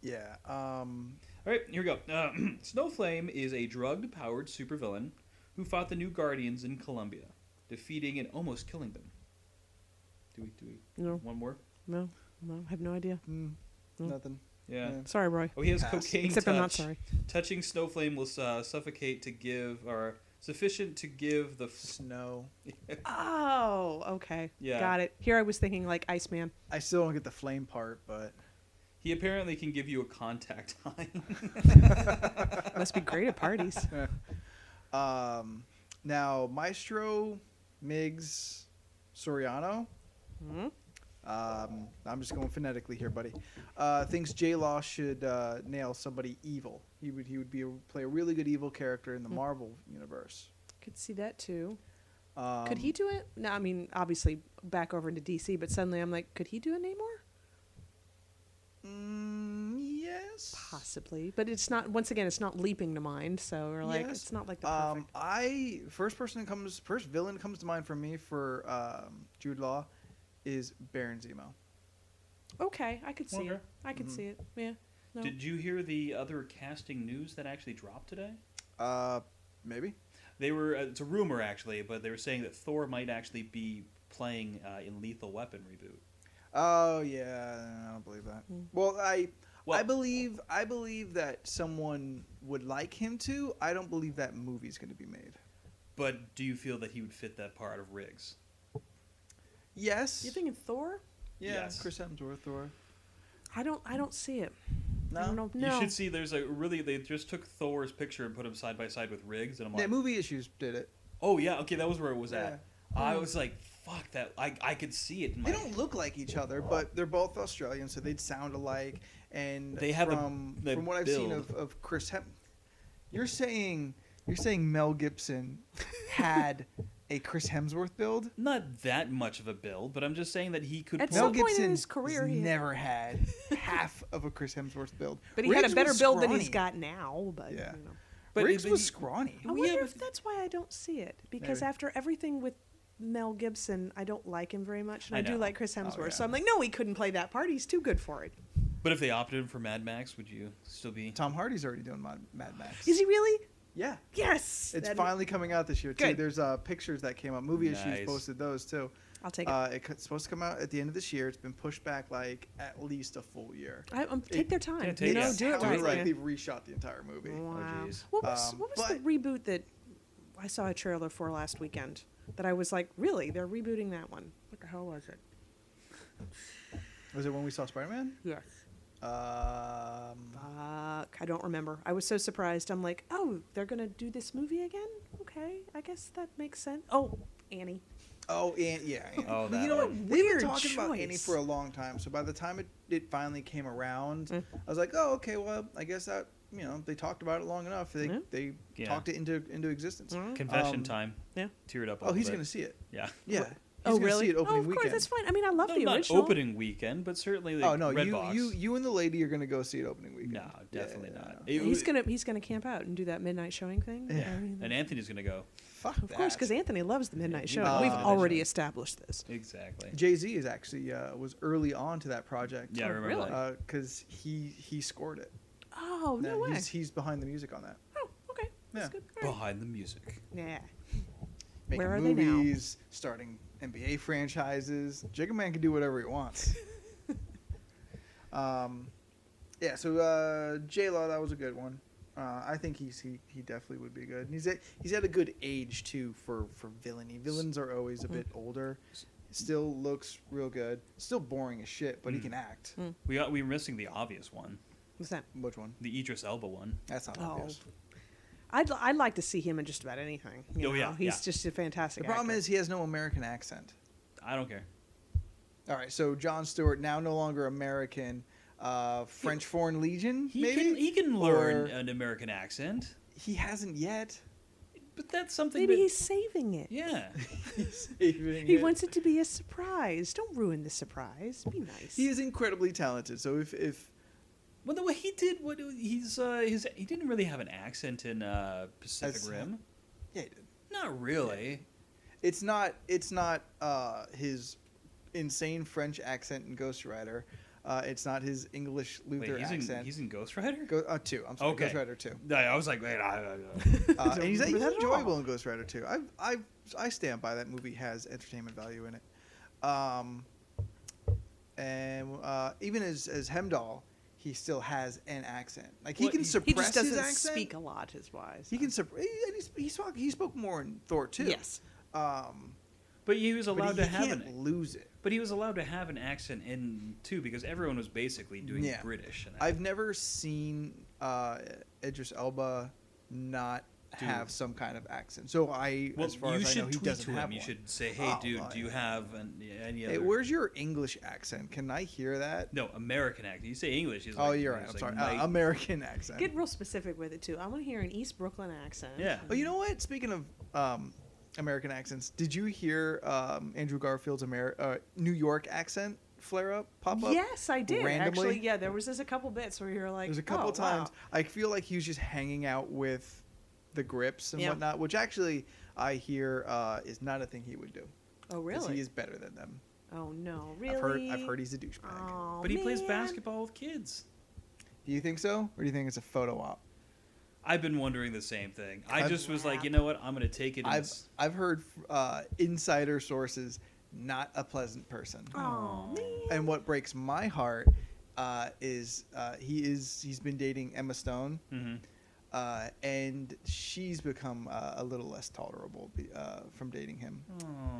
Speaker 1: yeah. Um,
Speaker 3: All right, here we go. Uh, [clears throat] Snowflame is a drugged, powered supervillain who fought the New Guardians in Colombia, defeating and almost killing them. Do we? Do we?
Speaker 2: No.
Speaker 3: One more.
Speaker 2: No, no, I have no idea.
Speaker 1: Mm,
Speaker 2: No.
Speaker 1: Nothing.
Speaker 3: Yeah.
Speaker 1: Yeah.
Speaker 2: Sorry, Roy.
Speaker 3: Oh, he has
Speaker 1: Pass.
Speaker 3: cocaine.
Speaker 2: Except I'm not
Speaker 3: touch.
Speaker 2: sorry.
Speaker 3: Touching Snowflame will uh, suffocate to give, or sufficient to give the. F- [laughs]
Speaker 1: Snow.
Speaker 2: Oh, okay.
Speaker 3: Yeah.
Speaker 2: Got it. Here I was thinking like Iceman.
Speaker 1: I still don't get the flame part, but
Speaker 3: he apparently can give you a contact [laughs] high.
Speaker 2: Must be great at parties. [laughs]
Speaker 1: [laughs] um, now Maestro, Migs, Soriano.
Speaker 2: Mhm.
Speaker 1: Um, I'm just going phonetically here, buddy. Uh, thinks J Law should uh, nail somebody evil. He would he would be a, play a really good evil character
Speaker 2: Hmm.
Speaker 1: in the Marvel universe.
Speaker 2: Could see that too.
Speaker 1: Um,
Speaker 2: could he do it? No, I mean obviously back over into DC, but suddenly I'm like, could he do a Namor?
Speaker 1: Mm, yes.
Speaker 2: Possibly, but it's not. Once again, it's not leaping to mind. So we're like,
Speaker 1: Yes.
Speaker 2: it's not like the perfect.
Speaker 1: Um, I first person that comes first villain comes to mind for me for um, Jude Law is Baron Zemo.
Speaker 2: Okay, I could see
Speaker 3: Okay.
Speaker 2: it. I could
Speaker 1: Mhm.
Speaker 2: see it. Yeah. No.
Speaker 3: Did you hear the other casting news that actually dropped today?
Speaker 1: Uh, maybe.
Speaker 3: They were. Uh, it's a rumor actually, but they were saying that Thor might actually be playing uh, in Lethal Weapon reboot.
Speaker 1: Oh yeah, I don't believe that.
Speaker 2: Hmm.
Speaker 1: Well, I
Speaker 3: Well-
Speaker 1: I believe I believe that someone would like him to. I don't believe that movie's going to be made.
Speaker 3: But do you feel that he would fit that part of Riggs?
Speaker 1: Yes.
Speaker 2: You're thinking Thor?
Speaker 1: Yeah,
Speaker 3: Yes.
Speaker 1: Chris Hemsworth or
Speaker 2: I don't. I don't see it. I
Speaker 1: no.
Speaker 2: don't know. No.
Speaker 3: You should see. There's a really. They just took Thor's picture and put him side by side with Riggs, and I'm
Speaker 1: Yeah,
Speaker 3: like,
Speaker 1: movie issues did it.
Speaker 3: oh yeah, okay, that was where it was at. I was like, fuck that. I I could see it. In my
Speaker 1: They don't look like each other, but they're both Australian, so they'd sound alike. And
Speaker 3: They have the-
Speaker 1: from
Speaker 3: the
Speaker 1: from what I've seen
Speaker 3: build.
Speaker 1: of, of Chris Hem, you're saying you're saying Mel Gibson had a Chris Hemsworth build.
Speaker 3: Not that much of a build, but I'm just saying that he could.
Speaker 2: At
Speaker 3: pull-
Speaker 1: Mel
Speaker 2: some point
Speaker 1: Gibson
Speaker 2: in his career,
Speaker 1: has
Speaker 2: he-
Speaker 1: never had half of a Chris Hemsworth build.
Speaker 2: but he had a
Speaker 1: Riggs
Speaker 2: better
Speaker 1: was
Speaker 2: build than he's
Speaker 1: scrawny.
Speaker 2: got now. But
Speaker 1: Yeah.
Speaker 2: you know.
Speaker 3: But-
Speaker 1: Riggs
Speaker 3: but
Speaker 1: was
Speaker 3: he-
Speaker 1: scrawny.
Speaker 2: I
Speaker 3: Oh, yeah,
Speaker 2: wonder
Speaker 3: but-
Speaker 2: if that's why I don't see it. Because
Speaker 1: Maybe.
Speaker 2: after everything with Mel Gibson, I don't like him very much, and
Speaker 3: I
Speaker 2: I, do
Speaker 3: know.
Speaker 2: like Chris
Speaker 1: Oh,
Speaker 2: Hemsworth.
Speaker 1: yeah.
Speaker 2: So I'm like, no, he couldn't play that part. He's too good for it.
Speaker 3: But if they opted in for Mad Max, would you still be?
Speaker 1: Tom Hardy's already doing Mad, Mad Max.
Speaker 2: Is he really?
Speaker 1: Yeah,
Speaker 2: Yes.
Speaker 1: it's
Speaker 2: That-
Speaker 1: finally coming out this year too.
Speaker 2: Good.
Speaker 1: There's uh, pictures that came up. Movie
Speaker 3: Nice.
Speaker 1: issues posted those too.
Speaker 2: I'll take it.
Speaker 1: Uh, it co- it's supposed to come out at the end of this year. It's been pushed back like at least a full year.
Speaker 2: I, um, take their time.
Speaker 3: take
Speaker 2: you know,
Speaker 3: it.
Speaker 2: do it Mm.
Speaker 1: Sounds
Speaker 2: right.
Speaker 1: like
Speaker 2: man.
Speaker 1: they've reshot the entire movie.
Speaker 2: Wow.
Speaker 3: Oh, jeez.
Speaker 2: what was,
Speaker 1: Oh, Um,
Speaker 2: what was the
Speaker 1: but-
Speaker 2: reboot that I saw a trailer for last weekend that I was like, really? They're rebooting that one? What the hell was it?
Speaker 1: Was it when we saw Spider Man?
Speaker 2: Yes.
Speaker 1: Um,
Speaker 2: Fuck. I don't remember. I was so surprised. I'm like, oh, they're going to do this movie again? Okay. I guess that makes sense. Oh, Annie.
Speaker 1: oh, and yeah. And.
Speaker 3: Oh,
Speaker 1: But
Speaker 3: that
Speaker 1: you know
Speaker 3: one.
Speaker 1: what? We've been
Speaker 2: Weird
Speaker 1: talking about Annie
Speaker 2: choice.
Speaker 1: for a long time. So by the time it, it finally came around,
Speaker 2: Mm.
Speaker 1: I was like, oh, okay. Well, I guess that you know they talked about it long enough. They
Speaker 2: Yeah. Mm.
Speaker 1: they
Speaker 3: Yeah.
Speaker 1: talked it into into existence.
Speaker 3: Confession
Speaker 1: Um,
Speaker 3: time.
Speaker 2: Yeah.
Speaker 3: Teared up. a
Speaker 1: Oh,
Speaker 3: little
Speaker 1: he's
Speaker 3: bit.
Speaker 1: gonna see it.
Speaker 3: Yeah.
Speaker 1: Yeah. He's
Speaker 2: oh,
Speaker 1: gonna
Speaker 2: really?
Speaker 1: See it
Speaker 2: oh,
Speaker 1: opening
Speaker 2: of course.
Speaker 1: weekend.
Speaker 2: That's fine. I mean, I love
Speaker 3: No,
Speaker 2: the
Speaker 3: not
Speaker 2: original.
Speaker 3: opening weekend, but certainly. Like,
Speaker 1: Oh no,
Speaker 3: Red
Speaker 1: you
Speaker 3: Box.
Speaker 1: you you and the lady are gonna go see it opening weekend.
Speaker 3: No,
Speaker 1: Yeah,
Speaker 3: definitely
Speaker 1: yeah,
Speaker 3: not.
Speaker 1: yeah.
Speaker 3: It
Speaker 2: He's
Speaker 3: w-
Speaker 2: gonna he's gonna camp out and do that midnight showing thing.
Speaker 1: Yeah.
Speaker 2: I mean,
Speaker 3: And Anthony's gonna go.
Speaker 1: Fuck
Speaker 2: of course,
Speaker 1: that.
Speaker 2: because Anthony loves the midnight
Speaker 3: he
Speaker 2: showing.
Speaker 1: loves
Speaker 2: We've
Speaker 1: the
Speaker 3: midnight
Speaker 2: already
Speaker 3: showing.
Speaker 2: established this.
Speaker 3: Exactly.
Speaker 1: Jay Z is actually uh, was early on to that project.
Speaker 3: Yeah, I
Speaker 2: Oh,
Speaker 3: remember
Speaker 2: really?
Speaker 3: that.
Speaker 1: because he he scored it.
Speaker 2: Oh no,
Speaker 1: No,
Speaker 2: way.
Speaker 1: he's he's behind the music on that.
Speaker 2: Oh, okay. That's
Speaker 1: Yeah.
Speaker 2: good. All right.
Speaker 3: Behind the music.
Speaker 2: Yeah.
Speaker 1: Making
Speaker 2: Where are they now?
Speaker 1: movies, starting NBA franchises. Jigga Man can do whatever he
Speaker 2: [laughs]
Speaker 1: wants. um, yeah. So uh, J Law, that was a good one. Uh, I think he's he, he definitely would be good. And he's at, he's at a good age too for for villainy. Villains are always
Speaker 2: mm-hmm.
Speaker 1: a bit older. Still looks real good. Still boring as shit,
Speaker 2: Mm.
Speaker 1: but he can act.
Speaker 3: We got, we were missing the obvious one,
Speaker 2: What's that?
Speaker 1: Which one?
Speaker 3: the Idris Elba one.
Speaker 1: That's not
Speaker 2: Oh,
Speaker 1: obvious.
Speaker 2: I'd, li- I'd like to see him in just about anything. You
Speaker 3: Oh,
Speaker 2: know?
Speaker 3: yeah,
Speaker 2: He's
Speaker 3: yeah.
Speaker 2: just a fantastic
Speaker 1: The problem
Speaker 2: actor.
Speaker 1: is he has no American accent.
Speaker 3: I don't care.
Speaker 1: All right, so John Stewart now no longer American, uh, French Foreign Legion.
Speaker 3: He
Speaker 1: maybe
Speaker 3: can he can learn
Speaker 1: Or-
Speaker 3: an American accent,
Speaker 1: he hasn't
Speaker 3: [laughs]
Speaker 1: yet. [laughs]
Speaker 3: but that's something.
Speaker 2: Maybe
Speaker 3: that-
Speaker 2: he's saving it.
Speaker 3: yeah.
Speaker 1: He's saving
Speaker 2: He
Speaker 1: it.
Speaker 2: wants it to be a surprise. Don't ruin the surprise. Be nice. [laughs]
Speaker 1: He is incredibly talented. So if if
Speaker 3: Well, the way he did, what he's uh, his he didn't really have an accent in uh, Pacific
Speaker 1: As-
Speaker 3: Rim.
Speaker 1: yeah, he did.
Speaker 3: Not really.
Speaker 1: it's not it's not uh, his insane French accent in Ghost Rider. Uh, it's not his English Luther
Speaker 3: Wait, he's in,
Speaker 1: accent.
Speaker 3: he's in Ghost Rider.
Speaker 1: Go, uh, two. I'm sorry,
Speaker 3: Okay.
Speaker 1: Ghost Rider two.
Speaker 3: No, I was like, wait, I,
Speaker 1: Uh,
Speaker 2: Don't
Speaker 1: and he's, he's
Speaker 2: remember that at all.
Speaker 1: enjoyable in Ghost Rider 2. I, I, I stand by that movie has entertainment value in it. Um, and uh, even as, as Hemdall, he still has an accent. Like he
Speaker 3: Well,
Speaker 1: can
Speaker 3: he- he just
Speaker 1: suppress
Speaker 2: He just doesn't
Speaker 1: his accent.
Speaker 2: speak a lot, is why.
Speaker 1: He
Speaker 2: so.
Speaker 1: can suppress. He, and he, sp- he spoke. He spoke more in Thor too.
Speaker 2: Yes.
Speaker 1: Um,
Speaker 3: but he was
Speaker 1: but
Speaker 3: allowed
Speaker 1: he
Speaker 3: to have
Speaker 1: can't
Speaker 3: an.
Speaker 1: lose it.
Speaker 3: But he was allowed to have an accent in too because everyone was basically doing
Speaker 1: Yeah.
Speaker 3: British. And
Speaker 1: I've never seen uh, Idris Elba not
Speaker 3: Dude.
Speaker 1: have some kind of accent. So I,
Speaker 3: well,
Speaker 1: as far
Speaker 3: you
Speaker 1: as
Speaker 3: should
Speaker 1: I know, he
Speaker 3: tweet
Speaker 1: doesn't
Speaker 3: to him.
Speaker 1: have
Speaker 3: You
Speaker 1: one.
Speaker 3: should say, "Hey,
Speaker 1: Oh,
Speaker 3: dude,
Speaker 1: well,
Speaker 3: do you have an, any
Speaker 1: Hey,
Speaker 3: other?"
Speaker 1: where's your English accent? Can I hear that?
Speaker 3: no American accent. You say English. He's
Speaker 1: oh,
Speaker 3: like,
Speaker 1: you're right.
Speaker 3: he's
Speaker 1: I'm
Speaker 3: like,
Speaker 1: sorry.
Speaker 3: "Mate."
Speaker 1: Uh, American accent.
Speaker 2: Get real specific with it too. I want to hear an East Brooklyn accent.
Speaker 3: Yeah.
Speaker 1: oh, you know what? Speaking of um, American accents, did you hear um, Andrew Garfield's Amer- uh, New York accent flare up, pop up?
Speaker 2: Yes, I did
Speaker 1: randomly?
Speaker 2: actually. Yeah, there was just a couple bits where you're like,
Speaker 1: There's a couple
Speaker 2: oh,
Speaker 1: times.
Speaker 2: wow.
Speaker 1: I feel like he was just hanging out with the grips and
Speaker 2: Yeah.
Speaker 1: whatnot, which actually I hear uh, is not a thing he would do.
Speaker 2: Oh
Speaker 1: 'cause He
Speaker 2: really?
Speaker 1: is better than them.
Speaker 2: Oh no, really?
Speaker 1: I've heard. I've heard he's a douchebag.
Speaker 2: Oh,
Speaker 3: But he plays
Speaker 2: man.
Speaker 3: basketball with kids.
Speaker 1: Do you think so, or do you think it's a photo op?
Speaker 3: I've been wondering the same thing. I
Speaker 1: I've-
Speaker 3: just was like, you know what? I'm gonna take it. and
Speaker 1: I've
Speaker 3: s-
Speaker 1: I've heard uh, insider sources not a pleasant person.
Speaker 2: Oh man.
Speaker 1: And what breaks my heart uh, is uh, he is he's been dating Emma Stone,
Speaker 3: Mhm.
Speaker 1: uh, and she's become uh, a little less tolerable be- uh, from dating him.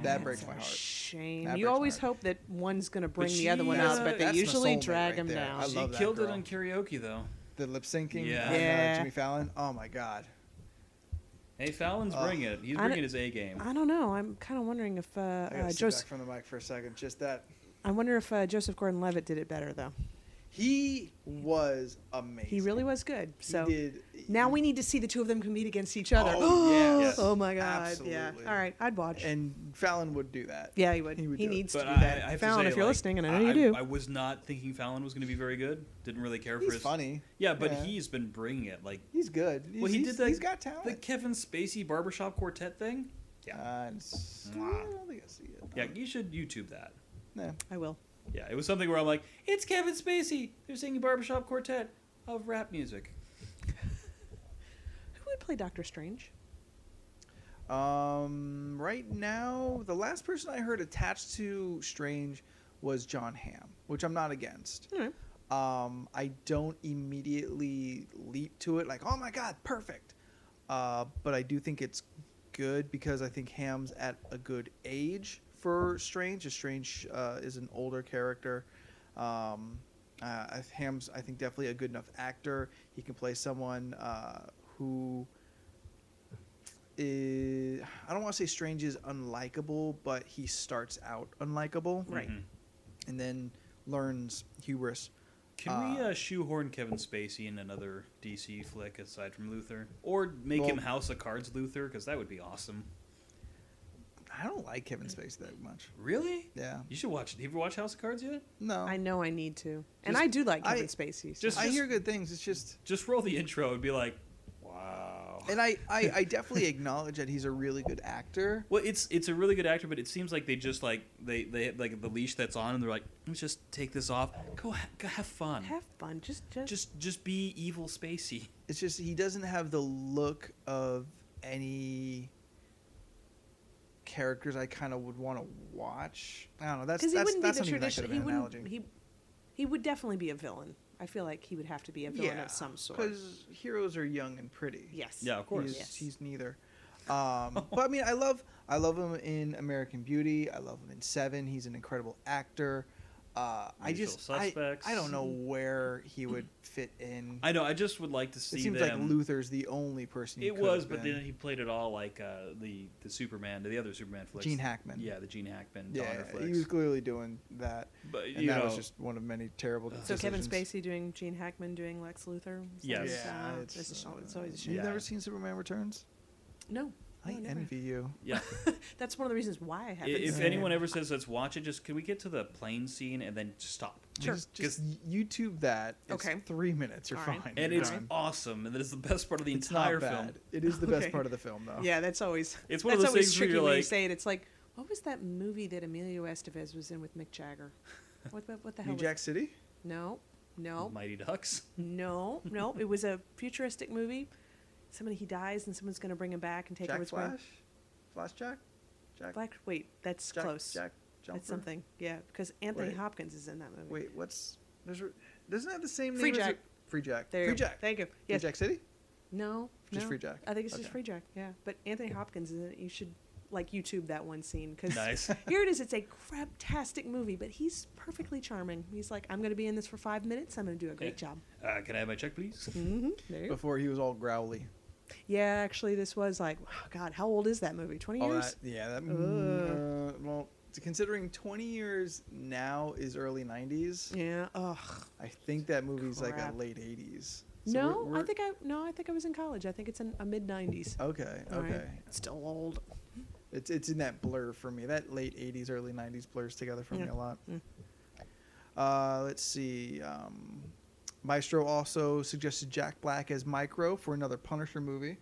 Speaker 1: that breaks
Speaker 2: That's
Speaker 1: my
Speaker 2: a
Speaker 1: heart.
Speaker 2: Shame.
Speaker 1: That
Speaker 2: you
Speaker 1: breaks my
Speaker 2: always
Speaker 1: heart.
Speaker 2: hope that one's going to bring
Speaker 3: she,
Speaker 2: the other one
Speaker 3: uh,
Speaker 2: out, but they
Speaker 1: that's my
Speaker 2: usually
Speaker 1: soulmate
Speaker 2: drag
Speaker 1: right
Speaker 2: him
Speaker 1: there.
Speaker 2: down.
Speaker 1: I
Speaker 3: she
Speaker 1: love that
Speaker 3: killed it
Speaker 1: girl.
Speaker 3: on karaoke though.
Speaker 1: The lip syncing,
Speaker 3: Yeah.
Speaker 1: on, uh,
Speaker 2: Yeah.
Speaker 1: Jimmy Fallon. Oh my god,
Speaker 3: Hey, Fallon's
Speaker 1: Ugh.
Speaker 3: bringing it. He's
Speaker 2: I don't-
Speaker 3: bringing his A game.
Speaker 2: I don't know. I'm kind of wondering if uh,
Speaker 1: I gotta
Speaker 2: uh,
Speaker 1: sit
Speaker 2: Joseph.
Speaker 1: back from the mic for a second. Just that
Speaker 2: I wonder if uh, Joseph Gordon-Levitt did it better though.
Speaker 1: he was amazing.
Speaker 2: He really was good.
Speaker 1: He
Speaker 2: So
Speaker 1: did.
Speaker 2: now we need to see the two of them compete against each other.
Speaker 1: Oh, yes.
Speaker 2: [gasps] Oh my god. Yeah.
Speaker 1: Absolutely.
Speaker 2: All right, I'd watch.
Speaker 1: and Fallon would do that.
Speaker 2: yeah, he would.
Speaker 1: he
Speaker 2: He,
Speaker 1: would do it.
Speaker 2: needs
Speaker 3: But
Speaker 2: to
Speaker 3: I,
Speaker 2: do that.
Speaker 3: I have
Speaker 2: Fallon,
Speaker 3: to say,
Speaker 2: if you're
Speaker 3: like,
Speaker 2: listening, and I know you
Speaker 3: I,
Speaker 2: do.
Speaker 3: I was not thinking Fallon was going to be very good. Didn't really care for
Speaker 1: He's
Speaker 3: his.
Speaker 1: funny.
Speaker 3: Yeah, but
Speaker 1: Yeah.
Speaker 3: he's been bringing it. Like,
Speaker 1: He's good. He's,
Speaker 3: well, he
Speaker 1: he's-
Speaker 3: did the.
Speaker 1: He's got
Speaker 3: The
Speaker 1: talent.
Speaker 3: Kevin Spacey barbershop quartet thing.
Speaker 1: yeah. Uh, it's- I
Speaker 3: Mwah.
Speaker 1: don't think I see it. Um,
Speaker 3: Yeah, you should YouTube that.
Speaker 1: No.
Speaker 2: I will.
Speaker 3: Yeah, it was something where I'm like, it's Kevin Spacey. They're singing barbershop quartet of rap music.
Speaker 2: Who would play Doctor Strange?
Speaker 1: Um, right now, the last person I heard attached to Strange was John Hamm, which I'm not against.
Speaker 2: All right.
Speaker 1: Um, I don't immediately leap to it like, oh my god, perfect. Uh, but I do think it's good because I think Ham's at a good age for Strange. As Strange uh, is an older character. Um, uh, I- Ham's, I think, definitely a good enough actor. He can play someone uh, who is, I don't want to say Strange is unlikable, but he starts out unlikable
Speaker 2: Right.
Speaker 3: Mhm.
Speaker 1: and then learns hubris.
Speaker 3: Can we
Speaker 1: Uh,
Speaker 3: uh, shoehorn Kevin Spacey in another DC flick aside from Luther, or make him
Speaker 1: Well-
Speaker 3: House of Cards Luther? Because that would be awesome.
Speaker 1: I don't like Kevin Spacey that much.
Speaker 3: Really?
Speaker 1: Yeah.
Speaker 3: You should watch. Have you ever watched House of Cards yet?
Speaker 1: No.
Speaker 2: I know I need to, and
Speaker 1: Oh. Just-
Speaker 2: I do like Kevin
Speaker 1: I-
Speaker 2: Spacey. so-
Speaker 3: just-
Speaker 1: I hear good things. It's just,
Speaker 3: Just roll the intro and be like, "Wow."
Speaker 1: and I, I,
Speaker 2: [laughs]
Speaker 1: I definitely acknowledge that he's a really good actor.
Speaker 3: well, it's it's a really good actor, but it seems like they just like they they like the leash that's on, and they're like, "Let's just take this off. Go, ha- go have fun.
Speaker 2: have fun. Just, just,
Speaker 3: just just be evil Spacey."
Speaker 1: It's just he doesn't have the look of any characters I kind of would want to watch. I don't know. That's
Speaker 2: because he
Speaker 1: that's
Speaker 2: wouldn't
Speaker 1: that's
Speaker 2: be
Speaker 1: not
Speaker 2: the
Speaker 1: even that good
Speaker 2: traditional.
Speaker 1: of
Speaker 2: He
Speaker 1: an
Speaker 2: wouldn't.
Speaker 1: analogy.
Speaker 2: He, he would definitely be a villain. I feel like he would have to be a villain of some sort.
Speaker 1: Because heroes are young and pretty.
Speaker 2: Yes.
Speaker 3: Yeah, of course.
Speaker 1: He's,
Speaker 2: Yes.
Speaker 1: he's neither.
Speaker 3: [laughs]
Speaker 1: Um, but I mean, I love I love him in American Beauty. I love him in Seven. He's an incredible actor. Uh, I
Speaker 3: Usual
Speaker 1: just I,
Speaker 3: Suspects.
Speaker 1: I don't know where he
Speaker 3: [clears throat]
Speaker 1: would fit in.
Speaker 3: I know. I just would like to see
Speaker 1: it seems
Speaker 3: them.
Speaker 1: like Luther's the only person. He
Speaker 3: It
Speaker 1: could
Speaker 3: was,
Speaker 1: have
Speaker 3: but
Speaker 1: been.
Speaker 3: then he played it all like uh, the the Superman, the other Superman flicks.
Speaker 1: Gene Hackman.
Speaker 3: Yeah, the Gene Hackman
Speaker 1: yeah,
Speaker 3: Donner
Speaker 1: he
Speaker 3: flicks.
Speaker 1: was clearly doing that,
Speaker 3: but
Speaker 1: and
Speaker 3: you
Speaker 1: that
Speaker 3: know,
Speaker 1: was just one of many terrible.
Speaker 3: So
Speaker 2: So
Speaker 1: decisions.
Speaker 2: Kevin Spacey doing Gene Hackman doing Lex Luthor. It's
Speaker 3: Yes.
Speaker 2: always,
Speaker 1: Yeah,
Speaker 2: uh,
Speaker 1: it's,
Speaker 2: it's, just
Speaker 1: uh,
Speaker 2: always- it's always a shame.
Speaker 1: You've
Speaker 3: Yeah.
Speaker 1: never seen Superman Returns?
Speaker 2: No.
Speaker 1: I
Speaker 2: no, never.
Speaker 1: envy you. [laughs]
Speaker 3: yeah.
Speaker 2: That's one of the reasons why I
Speaker 3: I-
Speaker 2: haven't.
Speaker 3: if
Speaker 2: seen
Speaker 1: any-
Speaker 2: it.
Speaker 3: anyone ever says let's watch it, just can we get to the plane scene and then just stop?
Speaker 1: Just, just [laughs] YouTube that. It's
Speaker 2: Okay.
Speaker 1: Three minutes. You're
Speaker 2: All
Speaker 1: fine.
Speaker 2: right.
Speaker 3: and
Speaker 1: You're
Speaker 3: it's
Speaker 1: done.
Speaker 3: awesome, and that is the best part of the
Speaker 1: It's not
Speaker 3: entire
Speaker 1: bad.
Speaker 3: film.
Speaker 1: It is the best
Speaker 2: Okay.
Speaker 1: part of the film, though.
Speaker 2: Yeah, that's always.
Speaker 3: It's one of
Speaker 2: that's
Speaker 3: those
Speaker 2: always
Speaker 3: things where
Speaker 2: tricky
Speaker 3: you're
Speaker 2: when you
Speaker 3: like-
Speaker 2: say it. It's like,
Speaker 1: [laughs]
Speaker 2: what was that movie that Emilio Estevez was in with Mick Jagger? What, what, what the hell?
Speaker 1: New
Speaker 2: was
Speaker 1: Jack Oh City.
Speaker 2: it? No, no,
Speaker 5: Mighty Ducks.
Speaker 2: no, no. It was a futuristic movie. Somebody he dies and someone's going to bring him back and take over
Speaker 1: Jack
Speaker 2: his crown.
Speaker 1: Flash, Flash Jack, Jack,
Speaker 2: Black. Wait, that's
Speaker 1: Jack,
Speaker 2: close.
Speaker 1: Jack Jumper.
Speaker 2: That's something. Yeah, because Anthony
Speaker 1: Wait.
Speaker 2: Hopkins is in that movie.
Speaker 1: Wait, what's there's a- doesn't it have the same
Speaker 2: Free
Speaker 1: name? as
Speaker 2: Jack.
Speaker 1: a- Free Jack.
Speaker 2: There you
Speaker 1: Free
Speaker 2: go.
Speaker 1: Jack.
Speaker 2: Thank you.
Speaker 1: Free
Speaker 2: Yes.
Speaker 1: Jack City.
Speaker 2: No.
Speaker 1: Just
Speaker 2: no.
Speaker 1: Free Jack.
Speaker 2: I think it's just
Speaker 1: Okay.
Speaker 2: Free Jack. Yeah, but Anthony Hopkins is in it. You should like YouTube that one scene
Speaker 1: [laughs]
Speaker 2: because
Speaker 5: Nice.
Speaker 2: here it is. It's a craptastic movie, but he's perfectly charming. He's like, I'm going to be in this for five minutes. I'm going to do a great job.
Speaker 5: Uh, can I have my check, please?
Speaker 2: Mm-hmm. There you go.
Speaker 1: Before he was all growly.
Speaker 2: Yeah, actually, this was like, oh God, how old is that movie? Twenty
Speaker 1: All
Speaker 2: years?
Speaker 1: that. Yeah. That.
Speaker 2: Ugh.
Speaker 1: Uh, well, considering 20 years now is early 90s.
Speaker 2: Yeah. Ugh.
Speaker 1: I think that movie's like
Speaker 2: Crap.
Speaker 1: a late 80s. So
Speaker 2: No,
Speaker 1: we're- we're-
Speaker 2: I think I no, I think I was in college. I think it's in a mid nineties.
Speaker 1: Okay. Oh, Okay.
Speaker 2: Still old.
Speaker 1: It's it's in that blur for me. That late '80s, early '90s blurs together for me
Speaker 2: Yeah.
Speaker 1: a lot.
Speaker 2: Mm.
Speaker 1: Uh, let's see. Um, Maestro also suggested Jack Black as Micro for another Punisher movie.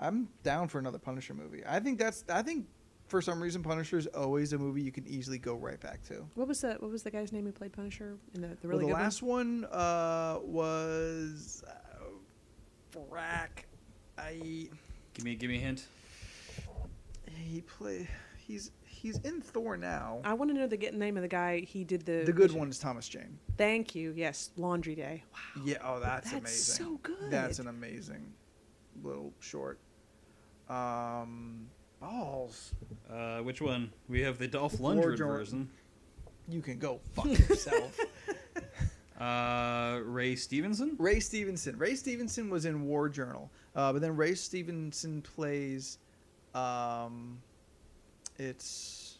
Speaker 1: I'm down for another Punisher movie. I think that's. I think for some reason Punisher is always a movie you can easily go right back to.
Speaker 2: What was the What was the guy's name who played Punisher in the the really
Speaker 1: well, the
Speaker 2: good
Speaker 1: last one, uh, was uh, Brack. I
Speaker 5: Give me, give me a hint.
Speaker 1: he play. He's he's in Thor now.
Speaker 2: one? I want to know the get- name of the guy. He did the
Speaker 1: The good one is Thomas Jane.
Speaker 2: Thank you. Yes, Laundry Day. Wow.
Speaker 1: Yeah. Oh, that's,
Speaker 2: That's
Speaker 1: amazing.
Speaker 2: so good.
Speaker 1: That's an amazing little short. Um, balls.
Speaker 5: Uh, which one? We have the Dolph
Speaker 1: Lord
Speaker 5: Lundgren
Speaker 1: Jordan.
Speaker 5: version.
Speaker 1: You can go [laughs] fuck yourself.
Speaker 5: Uh, Ray Stevenson.
Speaker 1: Ray Stevenson. Ray Stevenson was in War Journal, uh, but then Ray Stevenson plays. Um, it's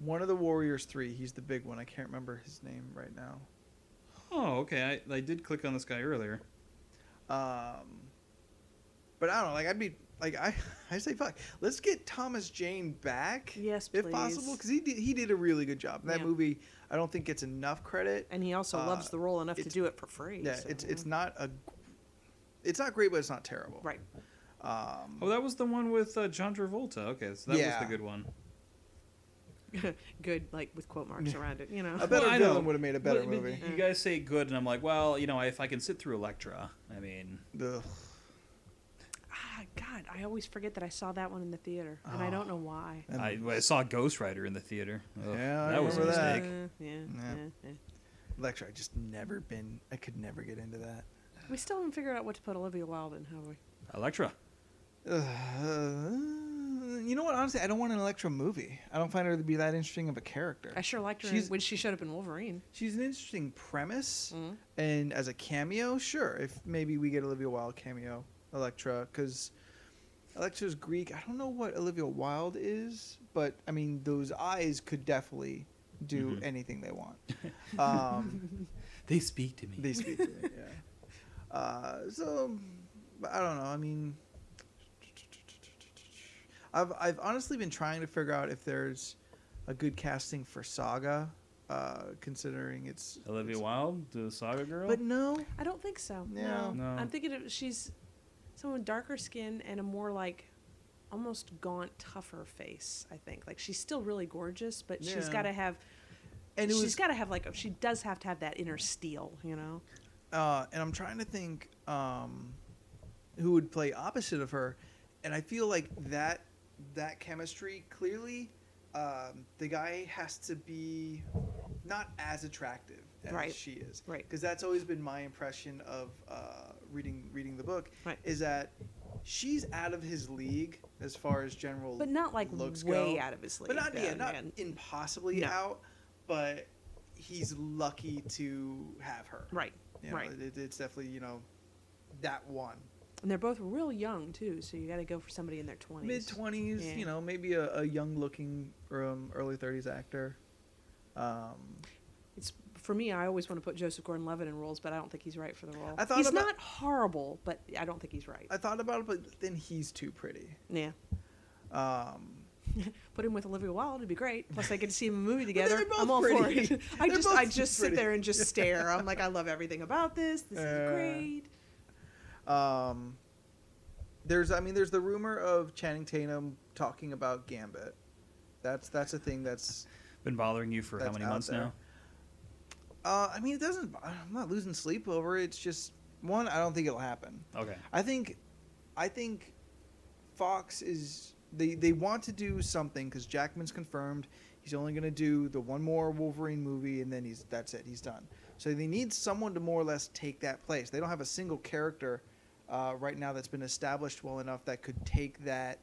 Speaker 1: one of the Warriors Three. He's the big one. I can't remember his name right now.
Speaker 5: Oh, okay. I, I did click on this guy earlier.
Speaker 1: Um, but I don't know. Like I'd be like I [laughs] I say fuck. Let's get Thomas Jane back.
Speaker 2: Yes,
Speaker 1: if possible,
Speaker 2: please.
Speaker 1: because he did he did a really good job. And that
Speaker 2: Yeah.
Speaker 1: movie I don't think gets enough credit.
Speaker 2: And he also
Speaker 1: Uh,
Speaker 2: loves the role enough to
Speaker 1: it's-
Speaker 2: do it for free.
Speaker 1: yeah,
Speaker 2: so,
Speaker 1: it's it's not a it's not great, but it's not terrible.
Speaker 2: right.
Speaker 1: Um,
Speaker 5: Oh, that was the one with uh, John Travolta. Okay, so that
Speaker 1: Yeah.
Speaker 5: was the good one.
Speaker 2: good, like with quote marks around it. You know.
Speaker 1: A better
Speaker 5: Oh, I know.
Speaker 1: villain would have made a better
Speaker 5: Well, I mean,
Speaker 1: movie.
Speaker 5: You guys say good, and I'm like, well, you know, if I can sit through Electra, I mean,
Speaker 1: Ugh.
Speaker 2: [laughs] Ah, God, I always forget that I saw that one in the theater, and I don't know why.
Speaker 1: And-
Speaker 5: I, I saw Ghost Rider in the theater. Ugh,
Speaker 1: Yeah, I
Speaker 5: that was a
Speaker 1: remember that.
Speaker 5: mistake.
Speaker 2: Uh, yeah,
Speaker 1: Yeah.
Speaker 2: yeah. yeah.
Speaker 1: Lecture, I just never been. I could never get into that.
Speaker 2: We still haven't figured out what to put Olivia Wilde in, have we?
Speaker 5: Electra.
Speaker 1: Ugh. you know what? Honestly, I don't want an Electra movie. I don't find her to be that interesting of a character.
Speaker 2: I sure liked her
Speaker 1: She's-
Speaker 2: when she showed up in Wolverine.
Speaker 1: She's an interesting premise,
Speaker 2: Mhm.
Speaker 1: and as a cameo, sure. If maybe we get Olivia Wilde cameo, Electra, because Electra's Greek. I don't know what Olivia Wilde is, but I mean, those eyes could definitely do
Speaker 5: Mm-hmm.
Speaker 1: anything
Speaker 5: [laughs]
Speaker 1: they want. Um,
Speaker 5: They speak to me. [laughs]
Speaker 1: they speak to me, yeah. Uh, so, but I don't know. I mean, I've I've honestly been trying to figure out if there's a good casting for Saga, uh, considering it's
Speaker 5: Olivia
Speaker 1: it's-
Speaker 5: Wilde, the Saga girl.
Speaker 1: But no,
Speaker 2: I don't think so.
Speaker 1: Yeah.
Speaker 2: No.
Speaker 5: No.
Speaker 2: I'm thinking of, she's someone with darker skin and a more like almost gaunt, tougher face, I think. Like she's still really gorgeous, but she's
Speaker 1: Yeah.
Speaker 2: got to have
Speaker 1: and it
Speaker 2: she's
Speaker 1: was
Speaker 2: got to have like she does have to have that inner steel, you know.
Speaker 1: uh, and I'm trying to think um, who would play opposite of her, and I feel like that that chemistry clearly um, the guy has to be not as attractive as
Speaker 2: Right.
Speaker 1: she is,
Speaker 2: Right.
Speaker 1: Because that's always been my impression of uh, reading reading the book
Speaker 2: Right.
Speaker 1: is that she's out of his league as far as general,
Speaker 2: But not like
Speaker 1: looks
Speaker 2: way
Speaker 1: go.
Speaker 2: out of his league.
Speaker 1: But not yeah,
Speaker 2: though,
Speaker 1: not
Speaker 2: man.
Speaker 1: impossibly
Speaker 2: No.
Speaker 1: out, but he's lucky to have her.
Speaker 2: right.
Speaker 1: You know,
Speaker 2: right.
Speaker 1: It, it's definitely you know that one
Speaker 2: And they're both real young too, so you got to go for somebody in their 20s.
Speaker 1: mid twenties.
Speaker 2: Yeah.
Speaker 1: You know, maybe a, a young looking um, early thirties actor. Um,
Speaker 2: It's for me. I always want to put Joseph Gordon-Levitt in roles, but I don't think he's right for the role.
Speaker 1: I thought
Speaker 2: he's
Speaker 1: about-
Speaker 2: not horrible, but I don't think he's right.
Speaker 1: I thought about it, but then he's too pretty.
Speaker 2: yeah,
Speaker 1: Um,
Speaker 2: put him with Olivia Wilde; it'd be great. Plus, I get to see him in
Speaker 1: [laughs]
Speaker 2: a movie
Speaker 1: they're
Speaker 2: together.
Speaker 1: both
Speaker 2: I'm all
Speaker 1: pretty. [laughs]
Speaker 2: for it. I
Speaker 1: They're
Speaker 2: just,
Speaker 1: both
Speaker 2: I just
Speaker 1: pretty.
Speaker 2: sit there and just stare.
Speaker 1: [laughs]
Speaker 2: I'm like, I love everything about this. This
Speaker 1: Uh,
Speaker 2: is great.
Speaker 1: um, there's, I mean, there's the rumor of Channing Tatum talking about Gambit. That's that's a thing that's
Speaker 5: Been bothering you for how
Speaker 1: that's
Speaker 5: many
Speaker 1: out
Speaker 5: months
Speaker 1: there.
Speaker 5: now?
Speaker 1: Uh, I mean, it doesn't. I'm not losing sleep over it. It's just one. I don't think it'll happen.
Speaker 5: Okay.
Speaker 1: I think, I think, Fox is they they want to do something because Jackman's confirmed he's only going to do the one more Wolverine movie and then he's that's it he's done. So they need someone to more or less take that place. They don't have a single character uh, right now that's been established well enough that could take that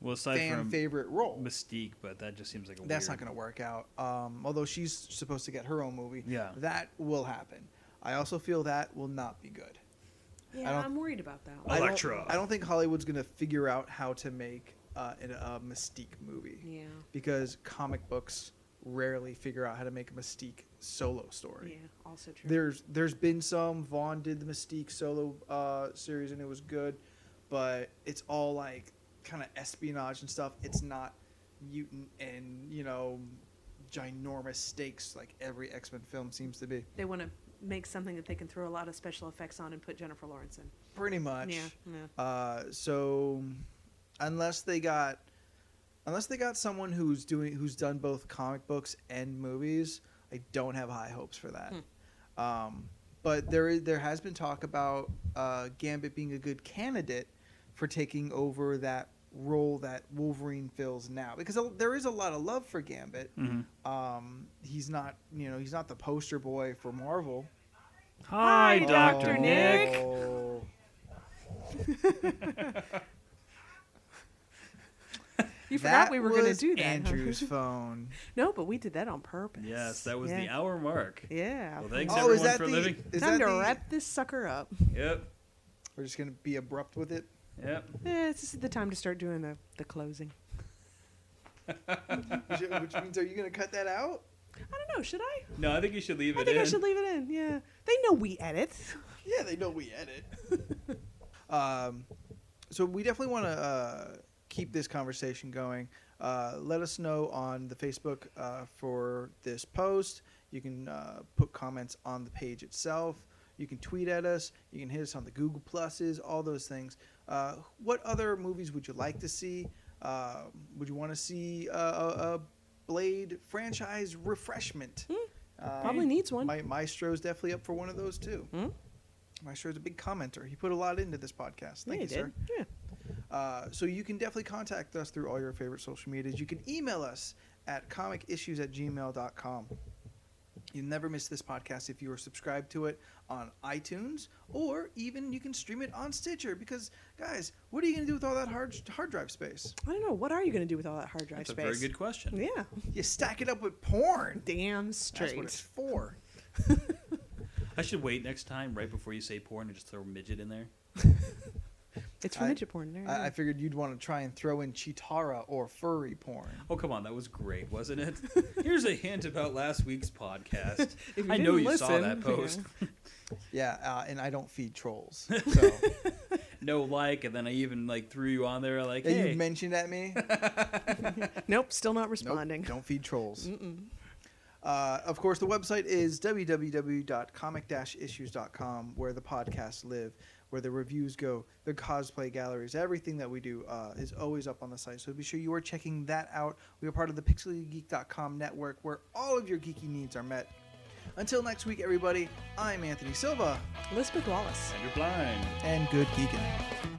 Speaker 5: Well, aside
Speaker 1: fan
Speaker 5: from
Speaker 1: favorite role.
Speaker 5: Mystique, but that just seems like a
Speaker 1: That's not
Speaker 5: weird-
Speaker 1: going to work out. Um, although she's supposed to get her own movie.
Speaker 5: Yeah.
Speaker 1: That will happen. I also feel that will not be good.
Speaker 2: Yeah,
Speaker 1: don't-
Speaker 2: I'm worried about that.
Speaker 1: I don't- I
Speaker 5: Electra.
Speaker 1: don't, think Hollywood's going to figure out how to make uh, an, a Mystique movie.
Speaker 2: Yeah.
Speaker 1: Because comic books rarely figure out how to make a Mystique solo
Speaker 2: Yeah,
Speaker 1: story.
Speaker 2: also true.
Speaker 1: There's there's been some Vaughn did the Mystique solo uh, series and it was good, but it's all like kind of espionage and stuff. It's not mutant and you know ginormous stakes like every X Men film seems to be.
Speaker 2: they want to make something that they can throw a lot of special effects on and put Jennifer Lawrence in.
Speaker 1: Pretty much.
Speaker 2: Yeah, yeah.
Speaker 1: Uh, so unless they got unless they got someone who's doing who's done both comic books and movies, I don't have high hopes for that.
Speaker 5: Hmm.
Speaker 1: Um, but there is there has been talk about uh, Gambit being a good candidate for taking over that role that Wolverine fills now because a- there is a lot of love for Gambit. Um, he's not you know he's not the poster boy for Marvel.
Speaker 5: Hi,
Speaker 2: Hi,
Speaker 5: Doctor
Speaker 2: Dr.
Speaker 5: Nick.
Speaker 1: Oh.
Speaker 2: You forgot
Speaker 1: That
Speaker 2: we were going to
Speaker 1: was
Speaker 2: do that. huh? [laughs]
Speaker 1: Andrew's phone.
Speaker 2: no, but we did that on purpose.
Speaker 5: Yes, that was the
Speaker 2: Yeah.
Speaker 5: hour mark.
Speaker 2: Yeah.
Speaker 5: Well, thanks
Speaker 1: oh, is
Speaker 5: everyone
Speaker 1: that
Speaker 5: for
Speaker 1: the?
Speaker 5: living.
Speaker 1: Is
Speaker 2: Time
Speaker 1: that
Speaker 2: to
Speaker 1: the-
Speaker 2: wrap this sucker up.
Speaker 5: Yep.
Speaker 1: We're just gonna be abrupt with it.
Speaker 5: Yep.
Speaker 2: Eh, this is the time to start doing the, the closing.
Speaker 1: Which, which means, are you gonna cut that out?
Speaker 2: I don't know. Should I?
Speaker 5: No, I think you should leave
Speaker 2: I
Speaker 5: it
Speaker 2: think
Speaker 5: in.
Speaker 2: I should leave it in. Yeah. They know we edit.
Speaker 1: [laughs] Yeah, they know we edit. [laughs] um, so we definitely want to uh, keep this conversation going. Uh, let us know on the Facebook uh, for this post. You can uh, put comments on the page itself. You can tweet at us. You can hit us on the Google Pluses, all those things. Uh, what other movies would you like to see? Uh, would you want to see uh, a, a Blade franchise refreshment? Uh,
Speaker 2: Probably needs one.
Speaker 1: My, Maestro's definitely up for one of those too.
Speaker 2: Hmm?
Speaker 1: Maestro's a big commenter. He put a lot into this podcast. Thank
Speaker 2: yeah,
Speaker 1: you,
Speaker 2: did.
Speaker 1: sir.
Speaker 2: Yeah.
Speaker 1: Uh, so you can definitely contact us through all your favorite social medias. You can email us at comicissues at gmail.com. You'll never miss this podcast if you are subscribed to it on iTunes, or even you can stream it on Stitcher. Because, guys, what are you going to do with all that hard, hard drive space?
Speaker 2: I don't know. What are you going to do with all that hard drive
Speaker 5: That's a
Speaker 2: space?
Speaker 5: very good question.
Speaker 2: [laughs] Yeah.
Speaker 1: You stack it up with porn.
Speaker 2: Damn
Speaker 1: That's what
Speaker 2: straight.
Speaker 1: it's for.
Speaker 5: I should wait next time, right before you say porn, and just throw midget in there.
Speaker 2: It's for
Speaker 1: I-
Speaker 2: midget porn. There.
Speaker 1: I, I
Speaker 2: yeah.
Speaker 1: figured you'd want to try and throw in Chitara or furry porn.
Speaker 5: Oh, come on, that was great, wasn't it?
Speaker 2: [laughs]
Speaker 5: Here's a hint about last week's podcast.
Speaker 2: If you
Speaker 5: I know
Speaker 2: didn't
Speaker 5: you saw
Speaker 2: listen,
Speaker 5: that
Speaker 2: yeah.
Speaker 5: post.
Speaker 1: Yeah, uh, and I don't feed trolls.
Speaker 5: [laughs]
Speaker 1: So
Speaker 2: [laughs]
Speaker 5: no like, and then I even like threw you on there, like,
Speaker 1: yeah,
Speaker 5: hey,
Speaker 1: you mentioned at me.
Speaker 2: [laughs] Nope. Still not
Speaker 1: Nope,
Speaker 2: responding.
Speaker 1: don't feed trolls. Uh, of course, the website is www.comic-issues.com, where the podcasts live, where the reviews go, the cosplay galleries, everything that we do uh, is always up on the site. So be sure you are checking that out. We are part of the pixelygeek.com network, where all of your geeky needs are met. Until next week, everybody, I'm Anthony Silva,
Speaker 2: Elizabeth Wallace.
Speaker 5: and you're blind.
Speaker 1: and good geeking.